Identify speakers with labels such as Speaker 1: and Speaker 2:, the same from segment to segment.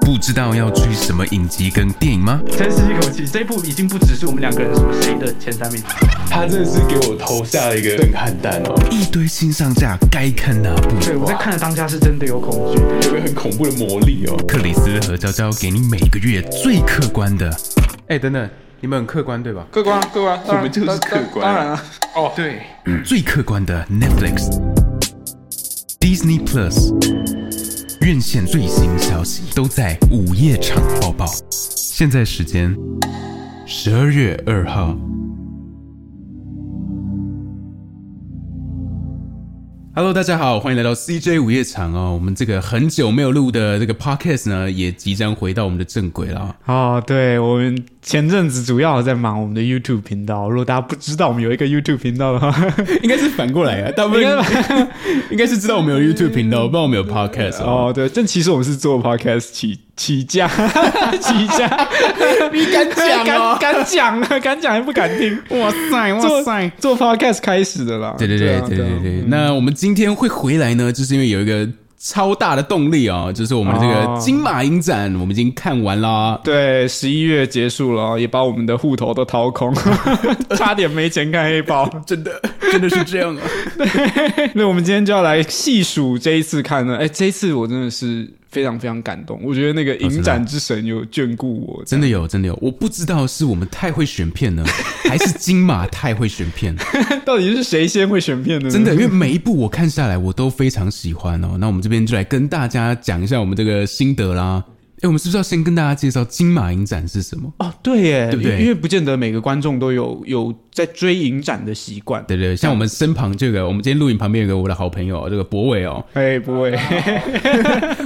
Speaker 1: 不知道要追什么影集跟电影吗？
Speaker 2: 深吸一口气，这一部已经不只是我们两个人什么谁的前三名，
Speaker 3: 他真的是给我投下了一个震撼弹哦，
Speaker 1: 一堆新上架，该看哪部？
Speaker 2: 对我在看的当下是真的有恐惧。
Speaker 3: 有个很恐怖的魔力哦。
Speaker 1: 克里斯和娇娇给你每个月最客观的。哎、等等，你们很客观对吧？
Speaker 4: 客观啊，客观啊，当然
Speaker 3: 我们就是客观
Speaker 4: 当然啊，
Speaker 3: 哦，对，
Speaker 1: 最客观的 Netflix、Disney Plus 院线最新消息都在午夜场报报。现在时间十二月二号。Hello，大家好，欢迎来到 CJ 午夜场哦。我们这个很久没有录的这个 Podcast 呢，也即将回到我们的正轨了啊。
Speaker 4: 哦，对，我们前阵子主要在忙我们的 YouTube 频道。如果大家不知道我们有一个 YouTube 频道的话，
Speaker 1: 应该是反过 来啊，大部分 应该是知道我们有 YouTube 频道，不知道我们有 Podcast 哦。
Speaker 4: 哦，对，但其实我们是做 Podcast 起起家， 起 家，你敢
Speaker 1: 讲哦
Speaker 4: 敢敢讲啊，敢讲还不敢听，
Speaker 1: 哇塞，
Speaker 4: 做！做 Podcast 开始的啦。
Speaker 1: 对对
Speaker 4: 对
Speaker 1: 对
Speaker 4: 啊
Speaker 1: 对
Speaker 4: 啊
Speaker 1: 对对，那我们今天会回来呢，就是因为有一个超大的动力啊、就是我们的这个
Speaker 4: 哦
Speaker 1: 金马影展，我们已经看完啊啦。
Speaker 4: 对，十一月结束了哦，也把我们的户头都掏空， 差点没钱看黑豹。
Speaker 1: 真的，真的是这样啊！
Speaker 4: 那我们今天就要来细数这一次看呢。哎，这一次我真的是非常非常感动，我觉得那个影展之神有眷顾 我，
Speaker 1: 哦真的有，真的有，我不知道是我们太会选片呢，还是金马太会选片。
Speaker 4: 到底是谁先会选片的呢？
Speaker 1: 真的，因为每一部我看下来，我都非常喜欢哦。那我们这边就来跟大家讲一下我们这个心得啦。哎，我们是不是要先跟大家介绍金马影展是什么？
Speaker 4: 哦，对耶，
Speaker 1: 对不对
Speaker 4: 因为不见得每个观众都有有在追影展的习惯。
Speaker 1: 对对，像我们身旁这个，我们今天录影旁边有个我的好朋友，这个博伟哦，
Speaker 4: 哎，不 会，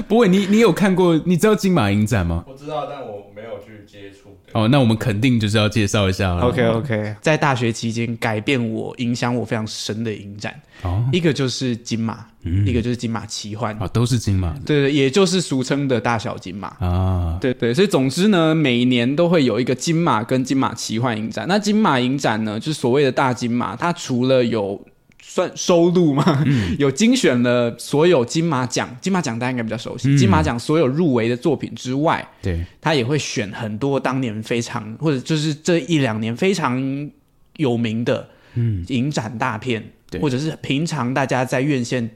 Speaker 1: 博伟，你你有看过？你知道金马影展吗？
Speaker 5: 我知道，但我没有去接触。对
Speaker 1: 哦，那我们肯定就是要介绍一下了。
Speaker 4: OK OK，在大学期间改变我、影响我非常深的影展，
Speaker 1: 哦
Speaker 4: 一个就是金马，一个就是金马奇幻，
Speaker 1: 哦，都是金马的
Speaker 4: 对对，也就是俗称的大小金马。
Speaker 1: 啊，
Speaker 4: 对对，所以总之呢，每年都会有一个金马跟金马奇幻影展。那金马影展呢，就是所谓的大金马，它除了有算收录嘛，
Speaker 1: 嗯
Speaker 4: 有精选了所有金马奖，金马奖大家应该比较熟悉，金马奖所有入围的作品之外，
Speaker 1: 嗯对，
Speaker 4: 它也会选很多当年非常或者就是这一两年非常有名的影展大片，
Speaker 1: 嗯对
Speaker 4: 或者是平常大家在院线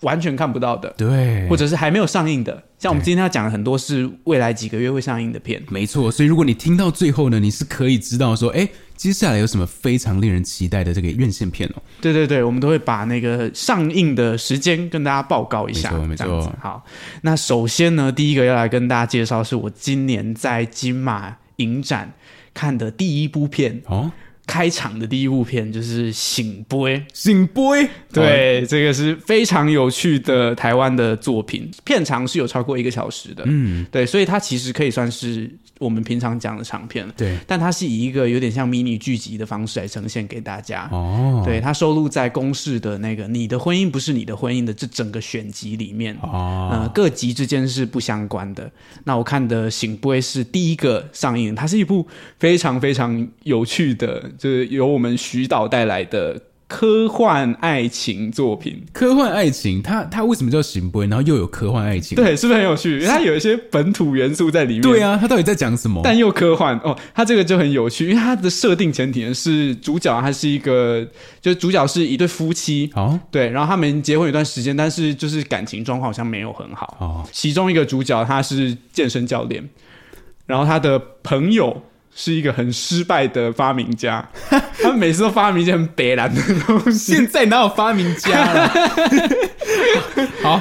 Speaker 4: 完全看不到的。
Speaker 1: 对，
Speaker 4: 或者是还没有上映的，像我们今天要讲的很多是未来几个月会上映的片。
Speaker 1: 没错。所以如果你听到最后呢，你是可以知道说，哎，接下来有什么非常令人期待的这个院线片哦。
Speaker 4: 对对对，我们都会把那个上映的时间跟大家报告一下。
Speaker 1: 没错没错
Speaker 4: 这样子好，那首先呢，第一个要来跟大家介绍是我今年在金马影展看的第一部片，
Speaker 1: 哦，
Speaker 4: 开场的第一部片就是《醒杯》。
Speaker 1: 醒杯，
Speaker 4: 对，
Speaker 1: 哦
Speaker 4: 这个是非常有趣的台湾的作品，片长是有超过一个小时的，嗯，对，所以它其实可以算是我们平常讲的长片了，
Speaker 1: 对，
Speaker 4: 但它是以一个有点像迷你剧集的方式来呈现给大家。
Speaker 1: 哦，
Speaker 4: 对，它收录在公式的那个《你的婚姻不是你的婚姻》的这整个选集里面，
Speaker 1: 哦，
Speaker 4: 呃，各集之间是不相关的。那我看的《醒不会》是第一个上映，它是一部非常非常有趣的，就是由我们徐导带来的科幻爱情作品。
Speaker 1: 科幻爱情，它它为什么叫醒杯？然后又有科幻爱情？，
Speaker 4: 对，是不是很有趣？因为它有一些本土元素在里面。
Speaker 1: 对。啊，它到底在讲什么？
Speaker 4: 但又科幻哦，它这个就很有趣，因为它的设定前提呢是主角他是一个，就是主角是一对夫妻，
Speaker 1: 哦
Speaker 4: 对，然后他们结婚有一段时间，但是就是感情状况好像没有很好。
Speaker 1: 哦，
Speaker 4: 其中一个主角他是健身教练，然后他的朋友是一个很失败的发明 家，他们每次都发明一些很北蓝的东西。
Speaker 1: 现在哪有发明家啊 了？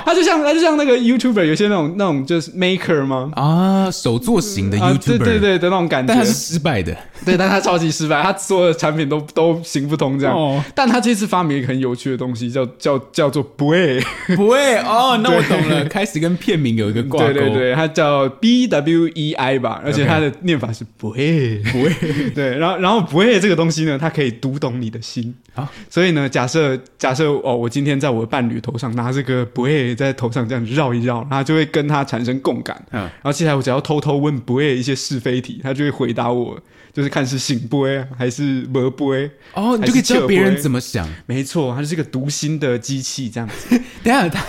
Speaker 4: 他就像他就像那个 YouTuber，有些那种那种就是 maker 吗？
Speaker 1: 啊，手作型的 YouTuber，、
Speaker 4: 啊，对对对的那种感觉
Speaker 1: 但，他是失败的。
Speaker 4: 对，但他超级失败，他所有的产品都都行不通这样。
Speaker 1: 哦
Speaker 4: 但他这次发明一个很有趣的东西，叫叫叫做 Bway，
Speaker 1: 不会哦，那我懂了，开始跟片名有一个挂钩。
Speaker 4: 对对对，它叫 B W E I 吧，而且它的念法是 Bway。
Speaker 1: 不会
Speaker 4: 对，然后然后不会这个东西呢，它可以读懂你的心
Speaker 1: 啊
Speaker 4: 所以呢，假设假设哦，我今天在我的伴侣头上拿这个不会在头上这样绕一绕，然后它就会跟他产生共感。
Speaker 1: 嗯
Speaker 4: 然后接下来我只要偷偷问不会一些是非题，他就会回答我，就是看是醒不会还是不会。
Speaker 1: 哦，你就可以
Speaker 4: 还是
Speaker 1: 教
Speaker 4: 撤
Speaker 1: 别人
Speaker 4: 回
Speaker 1: 怎么想。
Speaker 4: 没错，它就是一个读心的机器这样子。
Speaker 1: 等一下他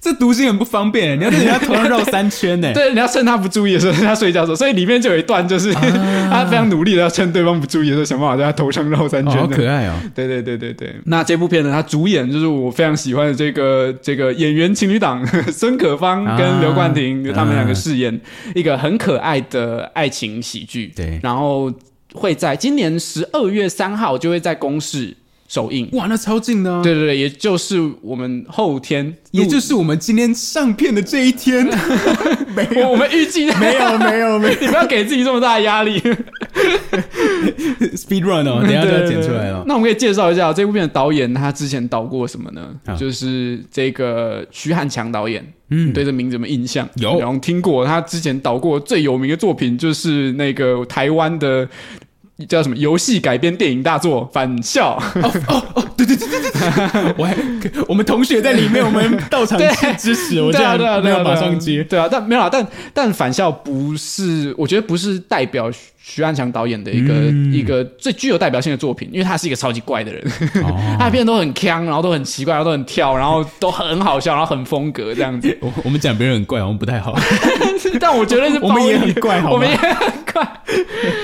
Speaker 6: 这读心很不方便，你要在人家头上绕三圈呢。
Speaker 4: 对，你要趁他不注意的时候，趁他睡觉的时候，所以里面就有一段就是、
Speaker 6: 啊
Speaker 4: 他非常努力的要趁对方不注意的时候，想办法在他头上绕三
Speaker 6: 哦，
Speaker 4: 圈
Speaker 6: 好
Speaker 4: 的。
Speaker 6: 可爱哦。
Speaker 4: 对对对对对，那这部片呢，他主演就是我非常喜欢的这个这个演员情侣档 孙可芳跟刘冠廷，
Speaker 6: 啊
Speaker 4: 他们两个饰演一个很可爱的爱情喜剧。
Speaker 6: 对
Speaker 4: 然后会在今年十二月三号就会在公视首映。
Speaker 6: 哇，那超近的啊。
Speaker 4: 对对对，也就是我们后天，
Speaker 6: 也就是我们今天上片的这一 天，没
Speaker 4: 我我们预计
Speaker 6: 没有没有没有
Speaker 4: 你不要给自己这么大的压 力。
Speaker 6: speed run 哦，等一下就要剪出来
Speaker 4: 对
Speaker 6: 了。
Speaker 4: 那我们可以介绍一下这部片的导演，他之前导过什么呢
Speaker 6: 啊？
Speaker 4: 就是这个徐汉强导演，嗯，对这名字有没有印象？
Speaker 6: 有
Speaker 4: 然后听过他之前导过最有名的作品就是那个台湾的。叫什么游戏改编电影大作《返校》
Speaker 6: 我还我们同学在里面，我们到场
Speaker 4: 对
Speaker 6: 去支 持，我这
Speaker 4: 对啊
Speaker 6: 样
Speaker 4: 对啊
Speaker 6: 没
Speaker 4: 对啊，
Speaker 6: 有马
Speaker 4: 对啊
Speaker 6: 上接。
Speaker 4: 对啊，但没有啦，但但《返校》不是，我觉得不是代表徐徐汉强导演的一个、
Speaker 6: 嗯
Speaker 4: 一个最具有代表性的作品，因为他是一个超级怪的人，
Speaker 6: 哦
Speaker 4: 他的片都很腔，然后都很奇怪，然后都很跳，然后都很好笑，然后很风格这 样子。
Speaker 6: 我我们讲别人很怪，我们不太好。
Speaker 4: 但我觉得是
Speaker 6: 我们也很怪好吗
Speaker 4: 包我们也很怪。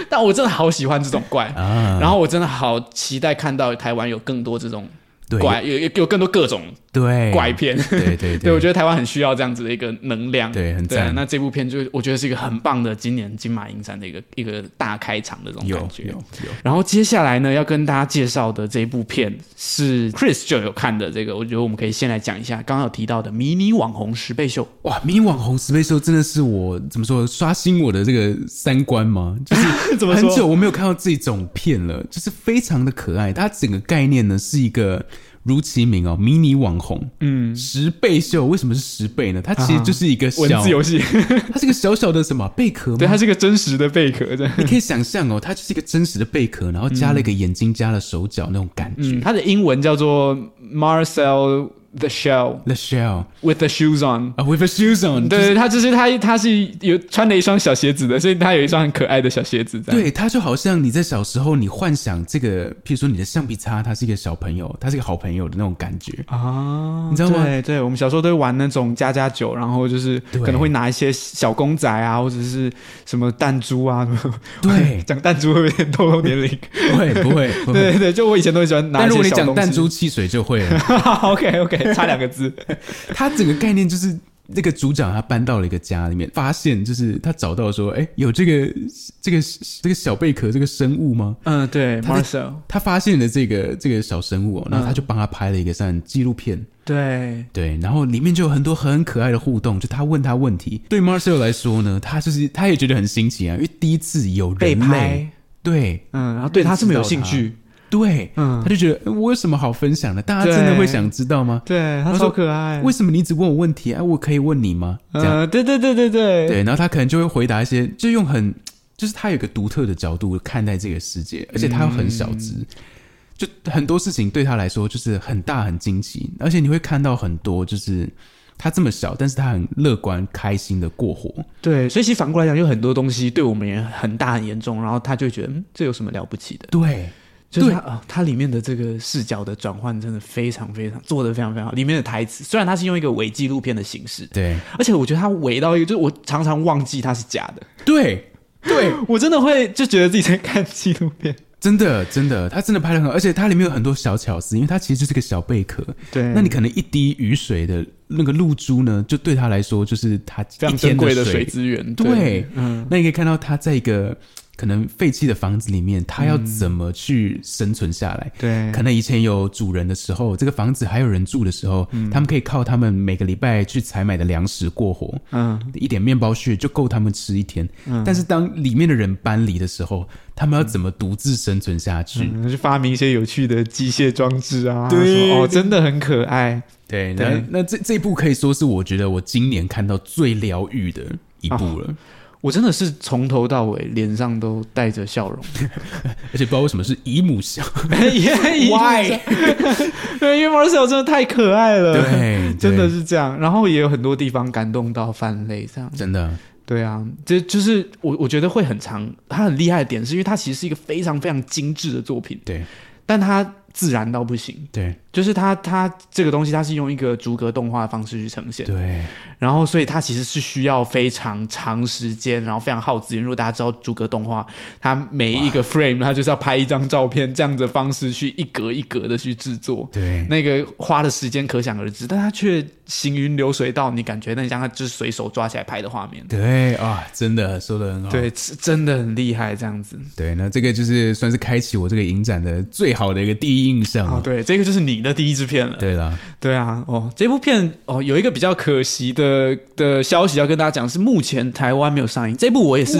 Speaker 4: 但我真的好喜欢这种怪，
Speaker 6: 啊
Speaker 4: 然后我真的好期待看到台湾有更多这种
Speaker 6: 对
Speaker 4: 怪，有有有更多各种
Speaker 6: 对，
Speaker 4: 怪片。
Speaker 6: 哎对对
Speaker 4: 对，我觉得台湾很需要这样子的一个能量。
Speaker 6: 对很
Speaker 4: 对啊、
Speaker 6: 赞
Speaker 4: 那这部片就是我觉得是一个很棒的今年金马影展的一个一个大开场的这种
Speaker 6: 有
Speaker 4: 感觉。
Speaker 6: 有有
Speaker 4: 然后接下来呢，要跟大家介绍的这部片是 Chris 就有看的这个，我觉得我们可以先来讲一下刚刚有提到的迷你网红十 倍秀。
Speaker 6: 哇，迷你网红 Space Show 真的是我怎么说刷新我的这个三观吗？就是
Speaker 4: 怎么
Speaker 6: 很
Speaker 4: 说
Speaker 6: 久我没有看到这种片了，就是非常的可爱。它整个概念呢是一个如其名哦，迷你网红，嗯，十倍秀为什么是十倍呢？它其实就是一个小，
Speaker 4: 啊文字游戏，
Speaker 6: 它是一个小小的什么贝壳吗？
Speaker 4: 对，它是一个真实的贝壳，这样。
Speaker 6: 你可以想象哦，它就是一个真实的贝壳，然后加了一个眼睛，加了手脚那种感觉。
Speaker 4: 嗯，它的英文叫做 Marcel the Shell
Speaker 6: The shell
Speaker 4: with the shoes on。
Speaker 6: 啊、with the shoes on，就是
Speaker 4: 对对，它就是它，它是有穿了一双小鞋子的，所以它有一双很可爱的小鞋子。这样，
Speaker 6: 对，它就好像你在小时候，你幻想这个，譬如说你的橡皮擦，它是一个小朋友，它是一个好朋友的那种感觉，
Speaker 4: 啊，
Speaker 6: 你知道吗
Speaker 4: 对对，我们小时候都会玩那种家家酒，然后就是
Speaker 6: 对
Speaker 4: 可能会拿一些小公仔啊，或者是什么弹珠啊。什么
Speaker 6: 对
Speaker 4: 讲弹珠会不会透露 年龄？
Speaker 6: 不会不会。不
Speaker 4: 对
Speaker 6: 会
Speaker 4: 对对，就我以前都喜欢拿
Speaker 6: 但
Speaker 4: 一
Speaker 6: 如果你
Speaker 4: 些小
Speaker 6: 讲
Speaker 4: 东西
Speaker 6: 弹珠汽水就会了，
Speaker 4: ，OK OK，差两个字。
Speaker 6: 它整个概念就是那个主角他搬到了一个家里面，发现就是他找到说，哎，有这个这个这个小贝壳这个生物吗？
Speaker 4: 嗯，对
Speaker 6: 它在
Speaker 4: ，Marcel，
Speaker 6: 他发现了这个这个小生
Speaker 4: 嗯
Speaker 6: 物、哦，然后他就帮他拍了一个像纪录片，
Speaker 4: 对，
Speaker 6: 对，然后里面就有很多很可爱的互动，就他问他问题。对 Marcel 来说呢，他就是他也觉得很新奇啊，因为第一次有人类
Speaker 4: 被拍，
Speaker 6: 对
Speaker 4: 嗯，然后对他这么有兴趣，
Speaker 6: 对，
Speaker 4: 嗯
Speaker 6: 他就觉得呃我有什么好分享的？大家真的
Speaker 4: 对
Speaker 6: 会想知道吗？
Speaker 4: 对
Speaker 6: 他
Speaker 4: 他超
Speaker 6: 说
Speaker 4: 可爱。
Speaker 6: 为什么你只问我问题啊？我可以问你吗？这样、
Speaker 4: 嗯，对对对对对，
Speaker 6: 对，然后他可能就会回答一些，就用很就是他有一个独特的角度看待这个世界，而且他又很小资。
Speaker 4: 嗯
Speaker 6: 就很多事情对他来说就是很大很惊奇，而且你会看到很多就是他这么小，但是他很乐观开心的过活。
Speaker 4: 对，所以其实反过来讲，有很多东西对我们也很大很严重，然后他就会觉得，嗯，这有什么了不起的？
Speaker 6: 对，
Speaker 4: 就是它啊，它里面的这个视角的转换真的非常非常做的非常非常好。里面的台词虽然它是用一个伪纪录片的形式，
Speaker 6: 对，
Speaker 4: 而且我觉得它伪到一个，就是我常常忘记它是假的，
Speaker 6: 对，对，
Speaker 4: 我真的会就觉得自己在看纪录片。
Speaker 6: 真的，真的，他真的拍的很好，而且它里面有很多小巧思，因为它其实就是个小贝壳。
Speaker 4: 对
Speaker 6: 那你可能一滴雨水的那个露珠呢，就对他来说就是他
Speaker 4: 非
Speaker 6: 一
Speaker 4: 常
Speaker 6: 天
Speaker 4: 珍贵的
Speaker 6: 水
Speaker 4: 水资源，
Speaker 6: 对，
Speaker 4: 嗯，
Speaker 6: 那你可以看到他在一个可能废弃的房子里面，他要怎么去生存下来？嗯
Speaker 4: 对
Speaker 6: 可能以前有主人的时候，这个房子还有人住的时候，他们可以靠他们每个礼拜去采买的粮食过活，
Speaker 4: 嗯，
Speaker 6: 一点面包屑就够他们吃一天。但是当里面的人搬离的时候，他们要怎么独自生存下去？
Speaker 4: 嗯去发明一些有趣的机械装置啊，
Speaker 6: 对
Speaker 4: 什么哦，真的很可爱。
Speaker 6: 对，
Speaker 4: 对
Speaker 6: 那那这这一部可以说是我觉得我今年看到最疗愈的一部
Speaker 4: 哦
Speaker 6: 了，
Speaker 4: 我真的是从头到尾脸上都带着笑容
Speaker 6: 而且不知道为什么是姨母 笑，
Speaker 4: ，Why？对，因为 Marcel 真的太可爱了，
Speaker 6: 对，
Speaker 4: 真的
Speaker 6: 对
Speaker 4: 是这样。然后也有很多地方感动到泛泪，这样。
Speaker 6: 真的，
Speaker 4: 对啊，这就是我我觉得会很长。它很厉害的点是因为它其实是一个非常非常精致的作品，
Speaker 6: 对
Speaker 4: 但它自然到不行，
Speaker 6: 对
Speaker 4: 就是它它这个东西它是用一个逐格动画的方式去呈现，
Speaker 6: 对，
Speaker 4: 然后，所以它其实是需要非常长时间，然后非常耗资源。如果大家知道逐格动画，它每一个 frame 它就是要拍一张照片，这样的方式去一格一格的去制作。
Speaker 6: 对
Speaker 4: 那个花的时间可想而知，但它却行云流水到你感觉那像它就是随手抓起来拍的画面。
Speaker 6: 对啊，真的说的很好。
Speaker 4: 对，是真的很厉害，这样子。
Speaker 6: 对，那这个就是算是开启我这个影展的最好的一个第一印象
Speaker 4: 哦
Speaker 6: 了。，
Speaker 4: 对，这个就是你的第一支片了。
Speaker 6: 对啦，
Speaker 4: 对啊，哦，这部片哦有一个比较可惜的的消息要跟大家讲，是目前台湾没有上映。这部我也是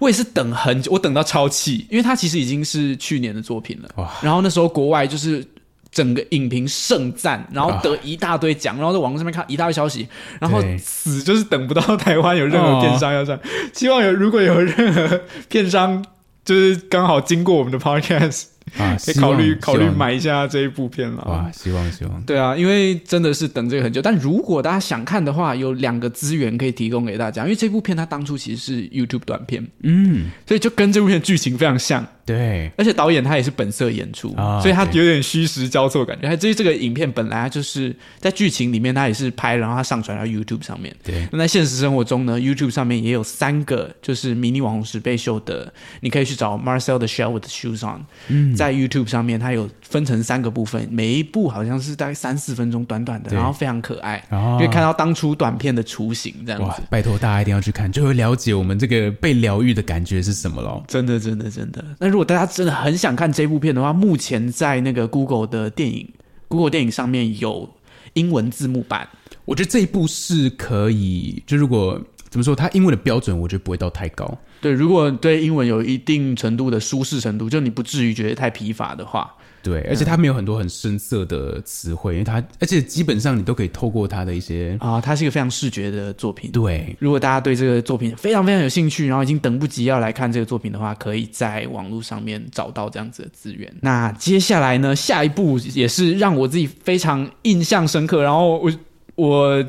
Speaker 4: 我也是等很久，我等到超气，因为它其实已经是去年的作品了。
Speaker 6: 哇
Speaker 4: 然后那时候国外就是。整个影评盛赞，然后得一大堆奖，然后在网络上面看一大堆消息，然后
Speaker 6: 对哦
Speaker 4: 死就是等不到台湾有任何片商要上。希望有如果有任何片商就是刚好经过我们的 podcast，
Speaker 6: 啊，
Speaker 4: 可以
Speaker 6: 希望
Speaker 4: 考虑考虑。
Speaker 6: 希
Speaker 4: 买一下这一部片了。
Speaker 6: 望哇，希望希望，
Speaker 4: 对啊，因为真的是等这个很久。但如果大家想看的话，有两个资源可以提供给大家，因为这部片它当初其实是 YouTube 短片，
Speaker 6: 嗯，
Speaker 4: 所以就跟这部片剧情非常像，
Speaker 6: 对
Speaker 4: 而且导演他也是本色演出，
Speaker 6: 啊
Speaker 4: 所以他
Speaker 6: 对
Speaker 4: 有点虚实交错的感觉。还至于这个影片本来它就是在剧情里面，它也是拍，然后它上传到 YouTube 上面。
Speaker 6: 对
Speaker 4: 那在现实生活中呢，YouTube 上面也有三个就是迷你网红时备秀的，你可以去找 Marcel 的 Shell with Shoes On，、
Speaker 6: 嗯
Speaker 4: 在 YouTube 上面它有分成三个部分，每一部好像是大概三四分钟，短短的，
Speaker 6: 对
Speaker 4: 然后非常可爱，
Speaker 6: 哦
Speaker 4: 可以看到当初短片的雏形这样
Speaker 6: 哇
Speaker 4: 子。，
Speaker 6: 拜托大家一定要去看，就会了解我们这个被疗愈的感觉是什么咯。
Speaker 4: 真的，真的，真的。那如果大家真的很想看这部片的话，目前在那个 Google 的电影 Google 电影上面有英文字幕版，
Speaker 6: 我觉得这一部是可以，就如果怎么说，它英文的标准我觉得不会到太高。
Speaker 4: 对，如果对英文有一定程度的舒适程度，就你不至于觉得太疲乏的话，
Speaker 6: 对，而且它没有很多很深色的词汇，因为它，而且基本上你都可以透过它的一些，
Speaker 4: 啊、它是一个非常视觉的作品。，
Speaker 6: 对
Speaker 4: 如果大家对这个作品非常非常有兴趣，然后已经等不及要来看这个作品的话，可以在网络上面找到这样子的资源。那接下来呢，下一部也是让我自己非常印象深刻，然后我我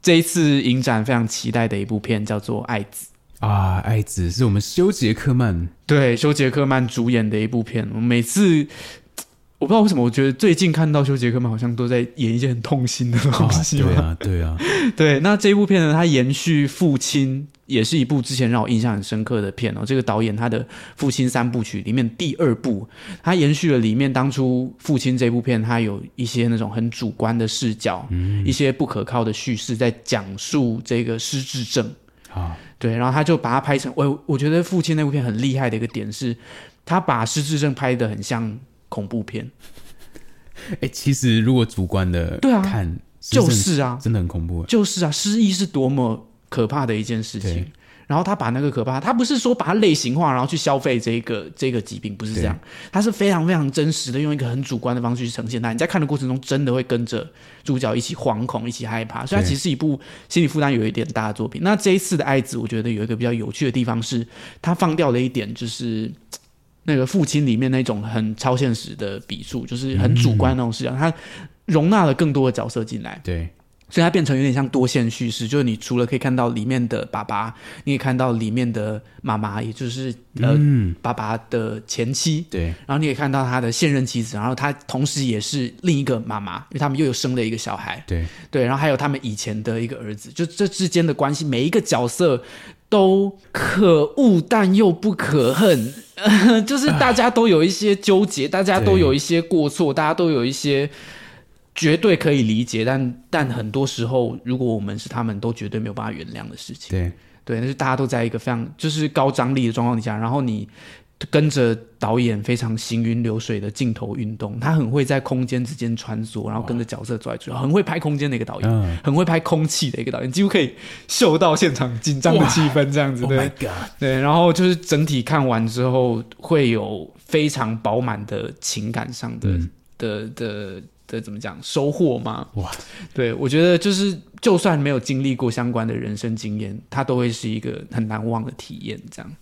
Speaker 4: 这一次影展非常期待的一部片叫做《爱子》。
Speaker 6: 啊，爱子是我们修杰克曼，
Speaker 4: 对，修杰克曼主演的一部片。我每次我不知道为什么，我觉得最近看到修杰克曼好像都在演一些很痛心的
Speaker 6: 啊
Speaker 4: 东西嘛。
Speaker 6: 对啊，对啊，
Speaker 4: 对，那这一部片呢，它延续《父亲》，也是一部之前让我印象很深刻的片哦。这个导演他的《父亲》三部曲里面第二部，他延续了里面当初《父亲》这部片，它有一些那种很主观的视角，
Speaker 6: 嗯
Speaker 4: 一些不可靠的叙事，在讲述这个失智症。
Speaker 6: 啊，
Speaker 4: 对，然后他就把它拍成，我我觉得《父亲》那部片很厉害的一个点是，他把失智症拍得很像恐怖片。
Speaker 6: 哎、其实如果主观的
Speaker 4: 对啊
Speaker 6: 看，
Speaker 4: 就是啊
Speaker 6: 真的真的很恐怖。
Speaker 4: 就是啊，失忆是多么可怕的一件事情
Speaker 6: 对。
Speaker 4: 然后他把那个可怕，他不是说把它类型化，然后去消费这个这个疾病，不是这样，他是非常非常真实的，用一个很主观的方式去呈现它。你在看的过程中，真的会跟着主角一起惶恐，一起害怕，所以它
Speaker 6: 对
Speaker 4: 其实是一部心理负担有一点大的作品。那这一次的《爱子》，我觉得有一个比较有趣的地方是，他放掉了一点就是那个父亲里面那种很超现实的笔触，就是很主观的那种视角，他容纳了更多的角色进来。
Speaker 6: 对，
Speaker 4: 所以它变成有点像多线叙事，就是你除了可以看到里面的爸爸，你也看到里面的妈妈，也就是呃、
Speaker 6: 嗯，
Speaker 4: 爸爸的前妻，
Speaker 6: 对，
Speaker 4: 然后你也看到他的现任妻子，然后他同时也是另一个妈妈，因为他们又有生了一个小孩，
Speaker 6: 对，
Speaker 4: 对，然后还有他们以前的一个儿子，就这之间的关系，每一个角色都可恶但又不可恨， 就是大家都有一些纠结，大家都有一些过错，大家都有一些绝对可以理解，但但很多时候，如果我们是他们，都绝对没有办法原谅的事情。
Speaker 6: 对，
Speaker 4: 对，那是大家都在一个非常就是高张力的状况底下，然后你跟着导演非常行云流水的镜头运动，他很会在空间之间穿梭，然后跟着角色走来走去，很会拍空间的一个导演，
Speaker 6: 嗯
Speaker 4: 很会拍空气的一个导演，几乎可以嗅到现场紧张的气氛这样
Speaker 1: Oh
Speaker 4: 子，对、
Speaker 6: God，
Speaker 4: 对，然后就是整体看完之后会有非常饱满的情感上的、
Speaker 6: 嗯
Speaker 4: 的的的怎么讲收获吗？
Speaker 6: 哇，
Speaker 4: 对，我觉得就是，就算没有经历过相关的人生经验，它都会是一个很难忘的体验。这样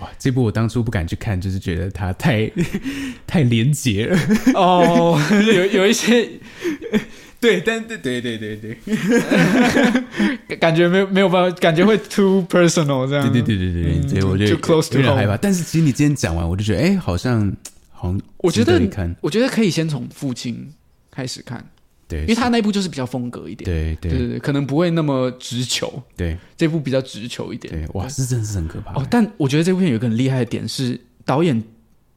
Speaker 6: 哇，这部我当初不敢去看，就是觉得它太 太廉洁了。
Speaker 4: 哦， 有有一些
Speaker 6: 对，但对对对对对，对
Speaker 4: 感觉没有没有办法，感觉会 too personal 这样。
Speaker 6: 对对对对对，所以我就
Speaker 4: 嗯就 close to
Speaker 6: 有点害
Speaker 4: home
Speaker 6: 怕。但是其实你今天讲完，我就觉得，哎，好像好像
Speaker 4: 我觉
Speaker 6: 值
Speaker 4: 得
Speaker 6: 一看，
Speaker 4: 我觉得可以先从父亲开始看，
Speaker 6: 对，
Speaker 4: 因为他那一部就是比较风格一点，
Speaker 6: 对
Speaker 4: 对对
Speaker 6: 对
Speaker 4: 对，可能不会那么直球，
Speaker 6: 对
Speaker 4: 这部比较直球一点。
Speaker 6: 对，哇，是真的是很可怕
Speaker 4: 哦，但我觉得这部片有一个很厉害的点是，导演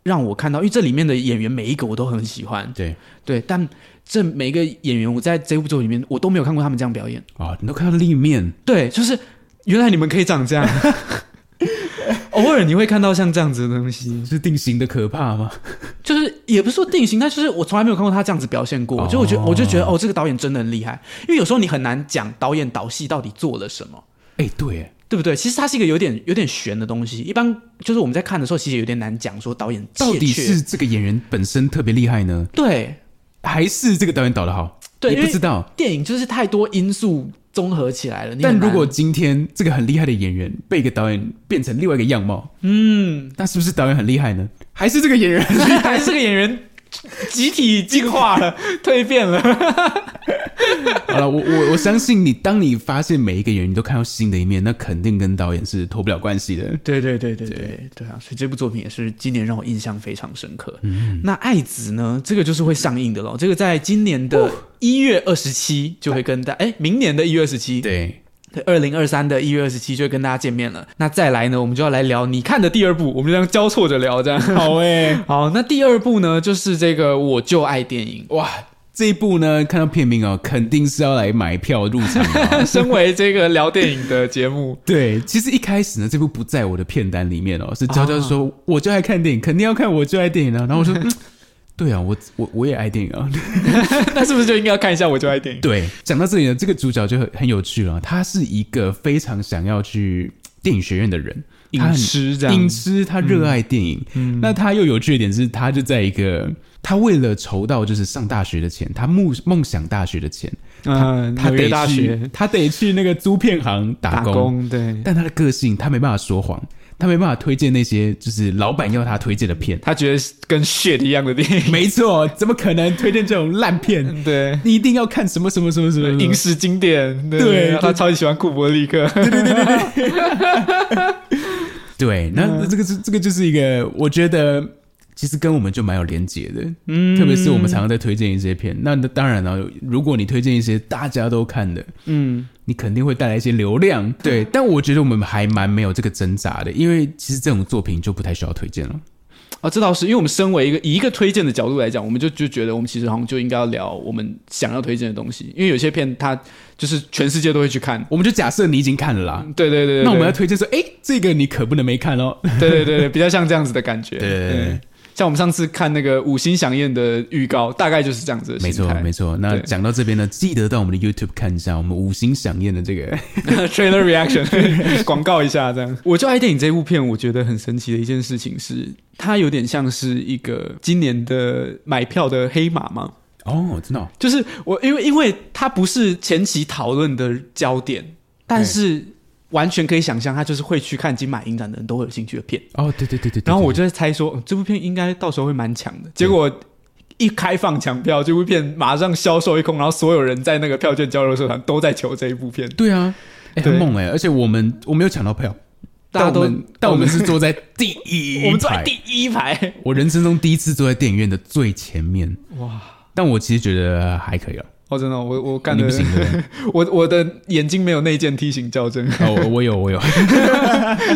Speaker 4: 让我看到，因为这里面的演员每一个我都很喜欢，
Speaker 6: 对
Speaker 4: 对，但这每一个演员我在这部作品里面我都没有看过他们这样表演，
Speaker 6: 啊，你都看到立面，
Speaker 4: 对，就是 原来你们可以长这样。 偶尔你会看到像这样子的东西，
Speaker 6: 是定型的可怕 吗？
Speaker 4: 就是也不是说定型，但就是我从来没有看过他这样子表现过，
Speaker 6: 哦
Speaker 4: 就我觉得我就觉得哦，这个导演真的很厉害，因为有时候你很难讲导演导戏到底做了什么，
Speaker 6: 哎，对，
Speaker 4: 对不对？其实它是一个有点有点悬的东西，一般就是我们在看的时候，其实有点难讲说导演
Speaker 6: 到底
Speaker 4: 切确
Speaker 6: 是这个演员本身特别厉害呢，
Speaker 4: 对
Speaker 6: 还是这个导演导的好？
Speaker 4: 对，
Speaker 6: 也
Speaker 4: 因
Speaker 6: 不
Speaker 4: 为
Speaker 6: 知道。
Speaker 4: 电影就是太多因素综合起来了。你很
Speaker 6: 但如
Speaker 4: 难
Speaker 6: 果今天这个很厉害的演员被一个导演变成另外一个样貌，嗯，那是不是导演很厉害呢？还是这个演员很厉害？
Speaker 4: 还是个演员集体进化了、蜕变了，
Speaker 6: 好了，我我我相信你，当你发现每一个演员你都看到新的一面，那肯定跟导演是脱不了关系的。
Speaker 4: 对对对对对对啊！所以这部作品也是今年让我印象非常深刻。那《爱子》呢，这个就是会上映的咯，这个在今年的一月二十七就会跟大哎、明年的一月二十七，
Speaker 6: 对，
Speaker 4: 对，二零二三的一月二十七就会跟大家见面了。那再来呢，我们就要来聊你看的第二部，我们就这样交错着聊，这样好哎、 好，那第二部呢，就是这个《我就爱电影》。
Speaker 6: 哇，这一部呢，看到片名哦，肯定是要来买票入场的哦、，
Speaker 4: 身为这个聊电影的节目
Speaker 6: 对，其实一开始呢，这部不在我的片单里面哦，是娇娇说、我就爱看电影，肯定要看我就爱电影了、然后我 说，嗯对啊，我我我也爱电影啊。
Speaker 4: 那是不是就应该要看一下我就爱电影？
Speaker 6: 对，讲到这里呢，这个主角就很很有趣了。他是一个非常想要去电影学院的人，
Speaker 4: 影
Speaker 6: 他很
Speaker 4: 痴这样嗯
Speaker 6: 影啊嗯痴，他热爱电影。那他又有趣的点是，他就在一个他为了筹到就是上大学的钱，他梦梦想大学的钱，
Speaker 4: 嗯，
Speaker 6: 他
Speaker 4: 纽
Speaker 6: 得
Speaker 4: 约
Speaker 6: 去
Speaker 4: 大学
Speaker 6: 他得去那个租片行
Speaker 4: 打
Speaker 6: 打工
Speaker 4: 工，对，
Speaker 6: 但他的个性，他没办法说谎，他没办法推荐那些就是老板要他推荐的片。
Speaker 4: 他觉得是跟 shit 一样的电影，
Speaker 6: 没错，怎么可能推荐这种烂片？
Speaker 4: 对，
Speaker 6: 你一定要看什么什么什么什么什么
Speaker 4: 影视经典，对，
Speaker 6: 对就
Speaker 4: 他超级喜欢库伯利克，对对对，
Speaker 6: 对，那这个是、这个就是一个，我觉得其实跟我们就蛮有连结的，嗯，特别是我们常常在推荐一些片，那那当然了，如果你推荐一些大家都看的，
Speaker 4: 嗯，
Speaker 6: 你肯定会带来一些流量，对，但我觉得我们还蛮没有这个挣扎的，因为其实这种作品就不太需要推荐了，
Speaker 4: 哦，这倒是，因为我们身为一个以一个推荐的角度来讲，我们就就觉得我们其实好像就应该要聊我们想要推荐的东西，因为有些片它就是全世界都会去看，
Speaker 6: 我们就假设你已经看了啦，
Speaker 4: 对对对对，
Speaker 6: 那我们
Speaker 4: 对
Speaker 6: 要推荐说，哎、这个你可不能没看哦，
Speaker 4: 对对对对，比较像这样子的感 觉。
Speaker 6: 对对对
Speaker 4: 嗯像我们上次看那个五星响宴的预告，大概就是这样子的
Speaker 6: 没
Speaker 4: 心
Speaker 6: 错
Speaker 4: 态。
Speaker 6: 没错。那
Speaker 4: 对
Speaker 6: 讲到这边呢，记得到我们的 YouTube 看一下我们五星响宴的这个。
Speaker 4: Trailer reaction 广告一下，这样。我就爱电影这部片，我觉得很神奇的一件事情是，它有点像是一个今年的买票的黑马嘛。
Speaker 6: 哦，真的、哦，
Speaker 4: 就是我，因为因为它不是前期讨论的焦点，但是完全可以想象，它就是会去看金马影展的人都会有兴趣的片。
Speaker 6: 哦，对对对对对
Speaker 4: 然后
Speaker 6: 对
Speaker 4: 我就在猜说，嗯这部片应该到时候会蛮强的。结果一开放抢票，这部片马上销售一空，然后所有人在那个票券交流社团都在求这一部片，
Speaker 6: 对啊，哎、
Speaker 4: 对
Speaker 6: 很猛哎、而且我们我没有抢到票，但
Speaker 4: 大家
Speaker 6: 我
Speaker 4: 都
Speaker 6: 们但我们是坐在第一
Speaker 4: 我们坐在
Speaker 6: 排
Speaker 4: 第一排，
Speaker 6: 我人生中第一次坐在电影院的最前面，哇！但我其实觉得还可以了，
Speaker 4: 哦，真的哦，我我干
Speaker 6: 你
Speaker 4: 的
Speaker 6: 不行对不对
Speaker 4: 我我的眼睛没有内件梯形校正，
Speaker 6: 哦，我我有我有，